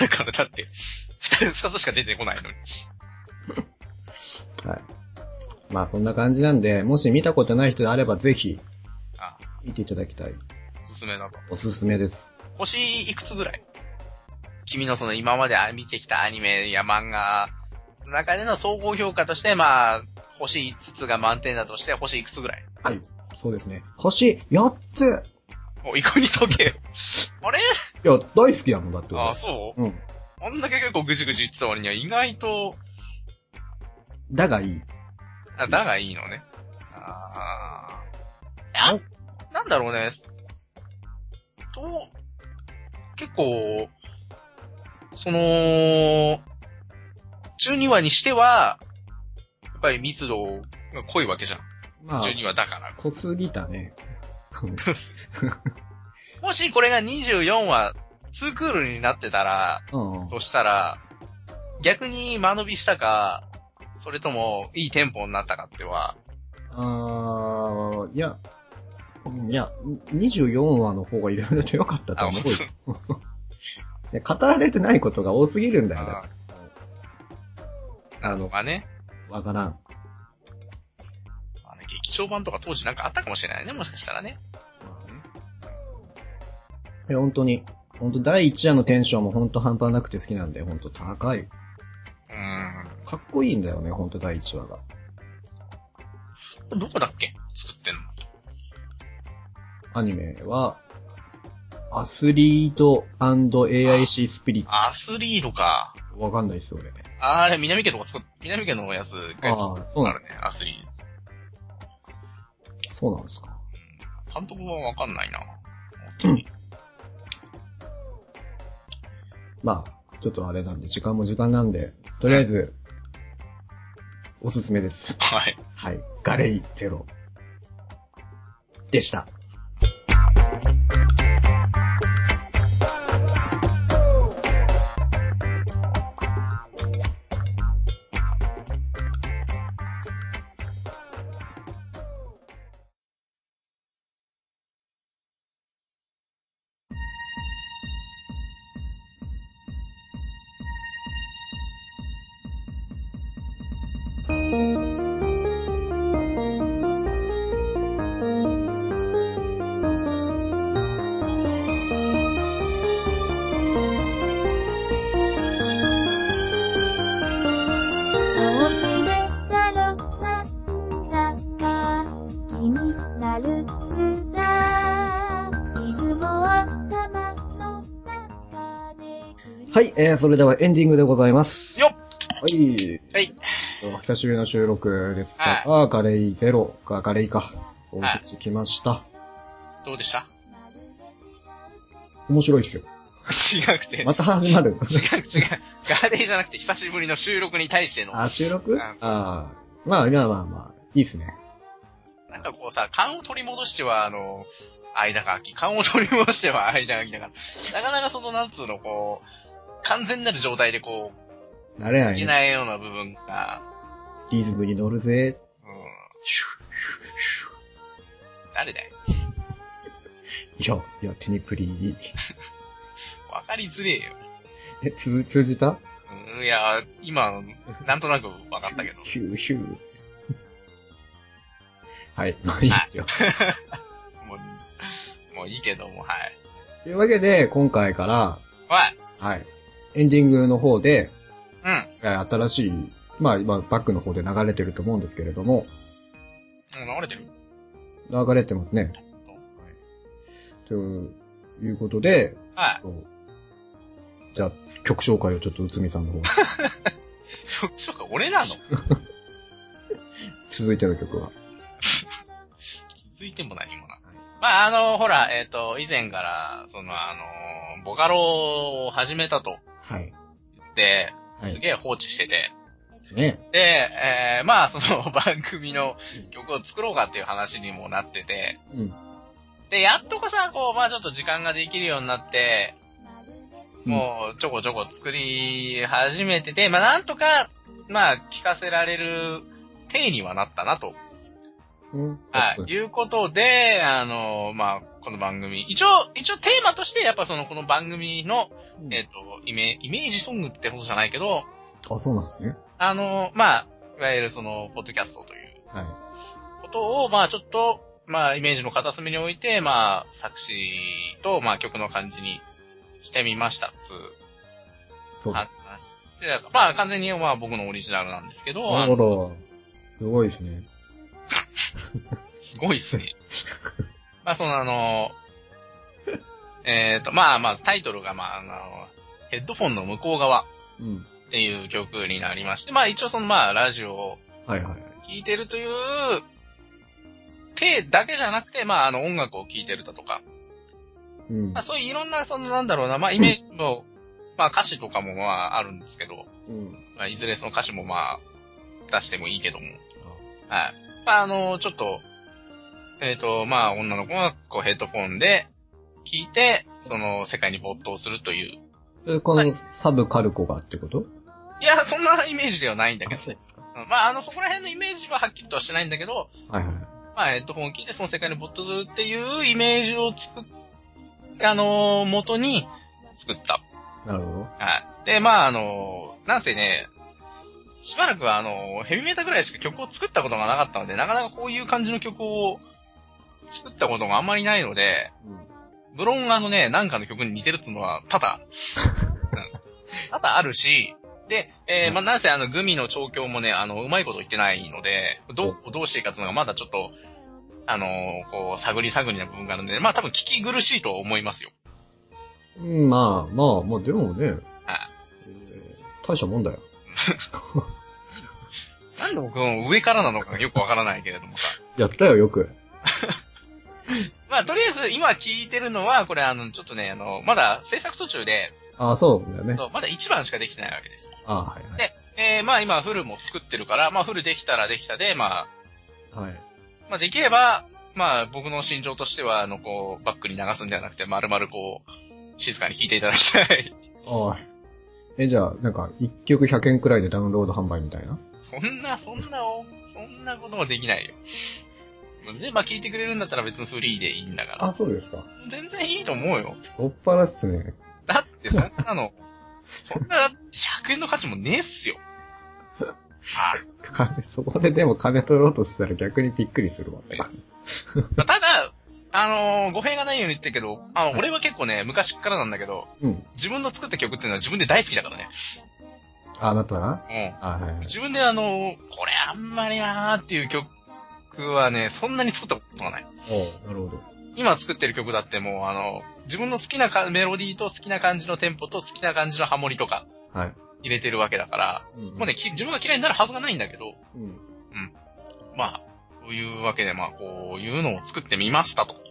B: だからだって、二人、二つしか出てこないのに。
A: はい。まあそんな感じなんで、もし見たことない人であればぜひ、
B: あ、
A: 見ていただきたい。
B: おすすめだと。
A: おすすめです。
B: 星いくつぐらい君のその今まで見てきたアニメや漫画の中での総合評価として、まあ、星5つが満点だとして、星いくつぐらい
A: はい。そうですね。星4つい
B: お、いかにとけよ。あれ
A: や、大好きやもんだって俺
B: あ、そ
A: うん。
B: うあんだけ結構ぐじぐじ言ってた割には意外と、
A: だがいい。
B: あ、だがいいのね。あーあ。なんだろうね。と、結構、その、12話にしては、やっぱり密度が濃いわけじゃん。
A: まあ、
B: 12話だ
A: [laughs]
B: から。
A: 濃すぎたね。
B: もしこれが24話、2クールになってたら、
A: うん。うん
B: としたら、逆に間延びしたか、それとも、いいテンポになったかっては、
A: あー、いや、いや、24話の方がいろいろと良かったと思うよ。いや語られてないことが多すぎるんだよ。だ
B: あ
A: か
B: ー
A: らあの、
B: まあね。
A: わからん。
B: まあね、劇場版とか当時なんかあったかもしれないね、もしかしたらね。
A: まあね。いや、本当に。本当第1話のテンションも本当半端なくて好きなんで、本当高い。
B: うー
A: かっこいいんだよね、本当第1話が。
B: ん。どこだっけ作ってんの
A: アニメは、アスリート &AIC スピリッ
B: アスリートか。
A: ト。わかんないっす、俺。
B: あれ、南家とか作っ、南家のやつ、一回作
A: あ
B: っ
A: ーそうな
B: あ
A: ん
B: るね、アスリー
A: そうなんですか。
B: ト。監督はわかんないな。うん。
A: まあ、ちょっとあれなんで、時間も時間なんで、とりあえず、おすすめです。
B: はい。
A: はい。ガレイゼロ。でした。
C: どうしてだろうな、なんか気になるんだ。いつも頭の中で。
A: はい、えー、それではエンディングでございます。
B: よ
A: はい。
B: はい。
A: 久しぶりの収録です
B: は
A: が
B: い、
A: あーガレイゼロか、ガレイか、お送りしてきました。
B: どうでした
A: 面白いっすよ。
B: [laughs] 違くて、
A: また始
B: [laughs]
A: まる。
B: 違う違う。ガーデーじゃなくて久しぶりの収録に対しての。
A: あ、収録
B: あ
A: あ
B: そう
A: あー。まあ、まあまあまあ、いいっすね。
B: なんかこうさ、勘を取り戻しては、あの、間が空き。勘を取り戻しては [laughs] 間が空きだから。なかなかその、なんつうの、こう、完全なる状態でこ
A: 慣れ
B: う、
A: ないい
B: け
A: ね。
B: ないような部分が、
A: リズムに乗るぜ。
B: うん、
A: シュッシュッシュッ
B: 誰だよ。
A: いや、いや、手にプリー。
B: わかりづれえよ。
A: え、通、通じた
B: うん、いや、今、なんとなくわかったけど。
A: ヒューヒュー。 [laughs] はい、まあいいですよ。
B: もう、もういいけども、はい。
A: というわけで、今回から、
B: はい。
A: はい、エンディングの方で、
B: う
A: えー新しい、まあ今、バックの方で流れてると思うんですけれども、
B: ん。もう流れてる
A: 流れてますね。ということで、
B: はい。
A: じゃあ、曲紹介をちょっと内海さん
B: [laughs]
A: の方、
B: 曲紹介俺なの
A: 続いての曲は。
B: 続いても何もな。まあ、あの、ほら、えっ、と、以前から、その、あの、ボカロを始めたと
A: はい。
B: 言って、
A: はい。
B: すげえ放置してて、
A: ね。
B: で、えーまあ、その [laughs] 番組の曲を作ろうかっていう話にもなってて、
A: うん。
B: で、やっとかさ、こう、まあちょっと時間ができるようになって、もうちょこちょこ作り始めてて、まあなんとか、まあ聞かせられる体にはなったなと
A: うん。
B: はい。いうことで、あの、まあ、この番組、一応、一応テーマとして、やっぱその、この番組の、
A: うん
B: えっ、と、イメ、イメージソングってことじゃないけど、
A: あ、そうなんですね。
B: あの、まあ、いわゆるその、ポッドキャストという
A: はい。
B: ことを、まあ、ちょっと、まあ、イメージの片隅に置いて、まあ、作詞と、まあ、曲の感じにしてみました、つう
A: そうで
B: 話
A: す。
B: で。まあ、完全に、まあ、僕のオリジナルなんですけど、
A: な
B: あ
A: るほ
B: の
A: ど。すごいですね。
B: すごいっすね。 [laughs] まあ、そのあの、 [laughs] えっ、と、まあまあ、タイトルが、まあ、あの、ヘッドフォンの向こう側
A: うん。
B: っていう曲になりまして、まあ一応そのまあ、ラジオを
A: はいはい。
B: 聴いてるという、手だけじゃなくて、まああの音楽を聴いてるだとか、
A: うん
B: まあ。そういういろんな、そのなんだろうな、まあイメージの、まあ歌詞とかもまああるんですけど、
A: うん。
B: まあいずれその歌詞もまあ、出してもいいけども、はい。まあ、あの、ちょっと、えっ、と、まあ、女の子がこうヘッドフォンで聞いて、その、世界に没頭するという。
A: えこのサブカルコがってこと
B: いや、そんなイメージではないんだけど。 [laughs]
A: そうですか。
B: うんまあ、あの、そこら辺のイメージははっきりとはしてないんだけど、
A: はいはい。
B: まあ、ヘッドフォンを聞いて、その世界に没頭するっていうイメージを作っ、あのー元に作った。
A: なるほど。
B: はい。で、まあ、あのーなんせね、しばらくはあのーヘビメタぐらいしか曲を作ったことがなかったので、なかなかこういう感じの曲を作ったことがあんまりないので、無論あのね、なんかの曲に似てるっていうのは多 [laughs] 々、うん多々あるし、で、えーまあ、なんせあの、グミの調教もね、あの、うまいこと言ってないので、どう、どうしていいかっていうのがまだちょっと、あのーこう、探り探りな部分があるので、まあ、多分聞き苦しいと思いますよ。
A: うん。うん、まあまあ、まあでもね、
B: はい
A: えー大したもんだよ。
B: なんで僕、その上からなのかがよくわからないけれどもさ。
A: やったよ、よく。
B: まあ、とりあえず、今聞いてるのは、これ、あの、ちょっとね、あの、まだ制作途中で、
A: あ、そうだね。
B: そうまだ1番しかできてないわけですよ。
A: あ、はいはい。
B: で、えー、まあ今、フルも作ってるから、まあフルできたらできたで、ま
A: はい。
B: あ、まあできれば、まあ僕の心情としては、あの、こう、バックに流すんではなくて、まるまるこう、静かに聴いていただきたい。 [laughs]
A: おい。え、じゃあ、なんか、1曲100円くらいでダウンロード販売みたいな
B: そんな、そんな、そんなこともできないよ。で、まあ聞いてくれるんだったら別にフリーでいいんだから。
A: あ、そうですか。
B: 全然いいと思うよ。
A: 太っ腹っすね。
B: だってそんなの、そんな、100円の価値もねえっすよ。はい。
A: 金、 [laughs] そこででも金取ろうとしたら逆にびっくりするわって感じ。
B: まあただ、あのー語弊がないように言ってるけど、あの、俺は結構ね、昔からなんだけど、
A: うん。
B: 自分の作った曲っていうのは自分で大好きだからね。
A: あ、なったな
B: う
A: あ、はいは
B: ん。
A: い。
B: 自分であのーこれあんまりなーっていう曲はね、そんなに作ったことがない。
A: おうなるほど。
B: 今作ってる曲だってもう、あの、自分の好きなかメロディーと好きな感じのテンポと好きな感じのハモリとか
A: はい。
B: 入れてるわけだから、
A: うん
B: もうね、、き自分が嫌いになるはずがないんだけど、
A: うん。
B: まあ、そういうわけで、まあ、こういうのを作ってみましたと。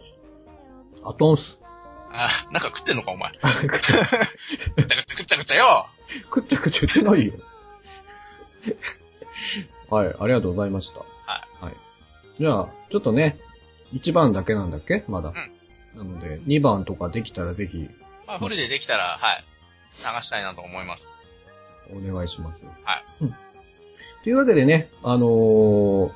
A: アトンス。 [laughs]
B: あ、なんか食ってんのか、お [laughs] 前。
A: くちゃ
B: ぐちゃぐちゃぐちゃぐちゃよ。
A: くちゃくちゃ言ってないよ。はい、ありがとうございました。はい。じゃあ、ちょっとね、1番だけなんだっけまだ。なので、2番とかできたらぜひ
B: まあ、フルでできたら、はい。流したいなと思います。
A: お願いします。。
B: はい
A: うん。というわけでね、あのー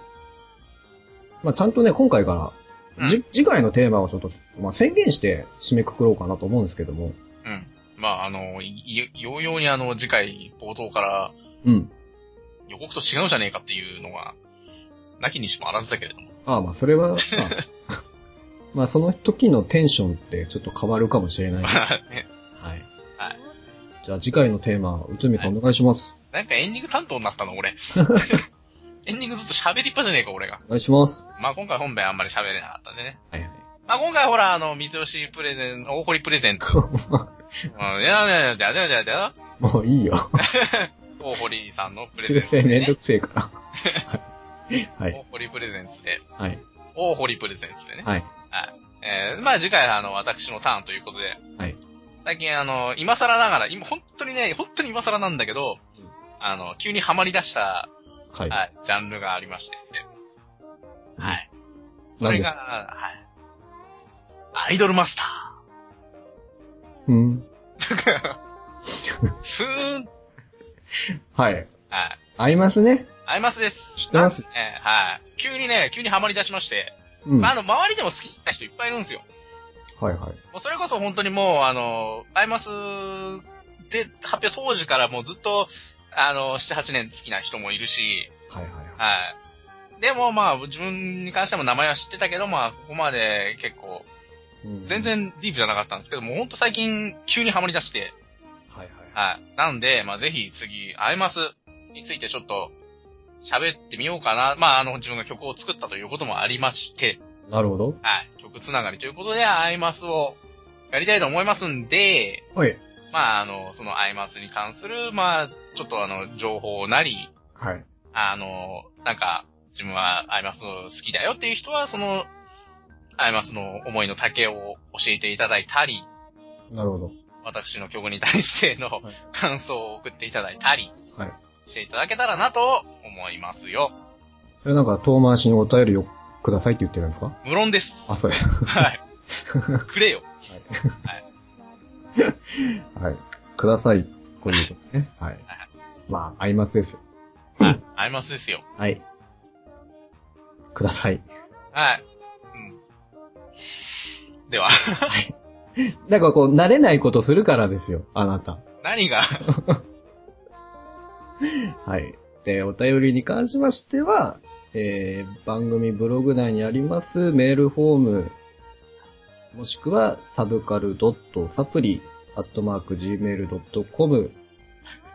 A: まあ、ちゃんとね、今回から、
B: う
A: じ、次回のテーマをちょっと、まあ、宣言して締めくくろうかなと思うんですけども、
B: うん。まあ、あの、いいようようにあの、次回冒頭から
A: うん。
B: 予告と違うじゃねえかっていうのが、なきにしもあらずだけれども。
A: ああ、まあ、それは、まあ、まあ、その時のテンションってちょっと変わるかもしれない。はい。
B: ねはい
A: じゃあ、次回のテーマ、内海さんお願いします。
B: [laughs] なんかエンディング担当になった [laughs] の、俺。エンディングずっと喋りっぱじゃねえか、俺が。
A: お願いします。
B: まあ、今回本編あんまり喋れなかったんでね。
A: はいはい。
B: まあ、今回ほら、あの、三吉プレゼン、大堀プレゼント。うん、いやいやいやいやいやいやいや
A: [laughs] もういいよ。
B: 大堀さんのプレゼ
A: 修
B: ント、
A: 正めんど
B: ね。
A: くせえから。 [laughs] はい。
B: 大堀プレゼンツで、
A: はい。
B: 大堀プレゼンツでね。
A: はい。
B: えー、まあ次回はあの、私のターンということで。
A: はい。
B: 最近あの、今更ながら、今本当にね、本当に今更なんだけど、あの、急にハマり出した、
A: はい。
B: はい、ジャンルがありまして。はい。そ
A: 何
B: れ
A: です
B: が、
A: か
B: はい。アイドルマスタ
A: うん。
B: ー。
A: [laughs]
B: ふーん。
A: はい。
B: はい。
A: 合いますね。
B: アイマスです。
A: 知ってます
B: なんかねはい。急にね、急にハマり出しまして。
A: うん。
B: まあ、あ
A: はい
B: の、周りでも好きな人いっぱいいるんですよ。
A: はい。
B: もうそれこそ本当にもう、あの、アイマスで発表当時からもうずっと、あの、7、8年好きな人もいるし、
A: はいはいは
B: はい。でもまあ、自分に関しても名前は知ってたけど、まあ、ここまで結構、
A: い。うん
B: 全。然ディープじゃなかったんですけど、もうほんと最近急にハマり出して、
A: はいはい。
B: はい。なんで、まあぜひ次、アイマスについてちょっと、喋ってみようかな。まあ、あの、自分が曲を作ったということもありまして、
A: なるほど。
B: はい。曲つながりということで、アイマスをやりたいと思いますんで、
A: はい。
B: まあ、あの、そのアイマスに関する、まあ、ちょっとあの、情報なり、
A: はい。
B: あの、なんか、自分はアイマス好きだよっていう人は、その、アイマスの思いの丈を教えていただいたり、
A: なるほど。
B: 私の曲に対しての
A: はい
B: 感想を送っていただいたり
A: はい。
B: していただけたらなと思いますよ。
A: それなんか遠回しにお便りをくださいって言ってるんですか
B: 無論です。
A: あ、そうや。
B: はい。くれよ。
A: [laughs] はい。ください。こういうことね。はい。まあ、合いますですよ。
B: はい。アイマスですよ。
A: はい。ください。
B: はい。うん。では、
A: [laughs] なんかこう、慣れないことするからですよ。あなた。
B: 何が、
A: はい。で、お便りに関しましては、えー、番組ブログ内にありますメールフォーム、もしくは、サブカルドットサプリ、アットマーク gmail.com、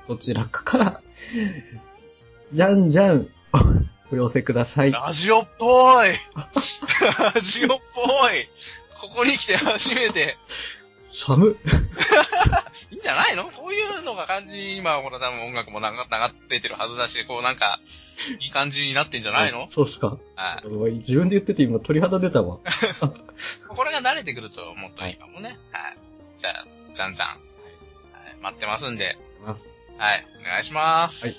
A: どちらかから、じゃんじ [laughs] ゃん、お寄せください。
B: ラジオっぽいラジオっぽいここに来て初めて。
A: 寒っ
B: いいんじゃないのこういうのが感じに、今、ほら、多分音楽も流流れてるはずだし、こうなんか、いい感じになってんじゃないの
A: そうっすか。
B: はい。
A: 自分で言ってて今鳥肌出たわ。
B: これが慣れてくるともっといいかもね。はい。じゃあ、じゃんじゃん。はい。待ってますんで、はい。お願いします。
A: は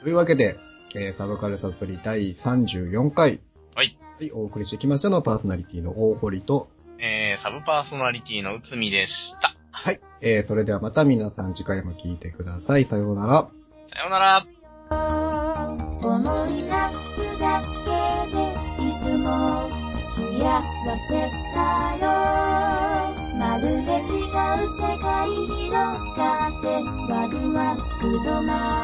A: い。というわけで、えーサブカルサプリ第34回。
B: はい。
A: はい、お送りしてきましたのはパーソナリティの大堀と、
B: えー、サブパーソナリティの内海でした。
A: はい。えー、それではまた皆さん次回も聞いてください。さようなら。
B: さようなら。
C: 思い出すだけでいつも幸せだよまるで違う世界広がってワクワク止ま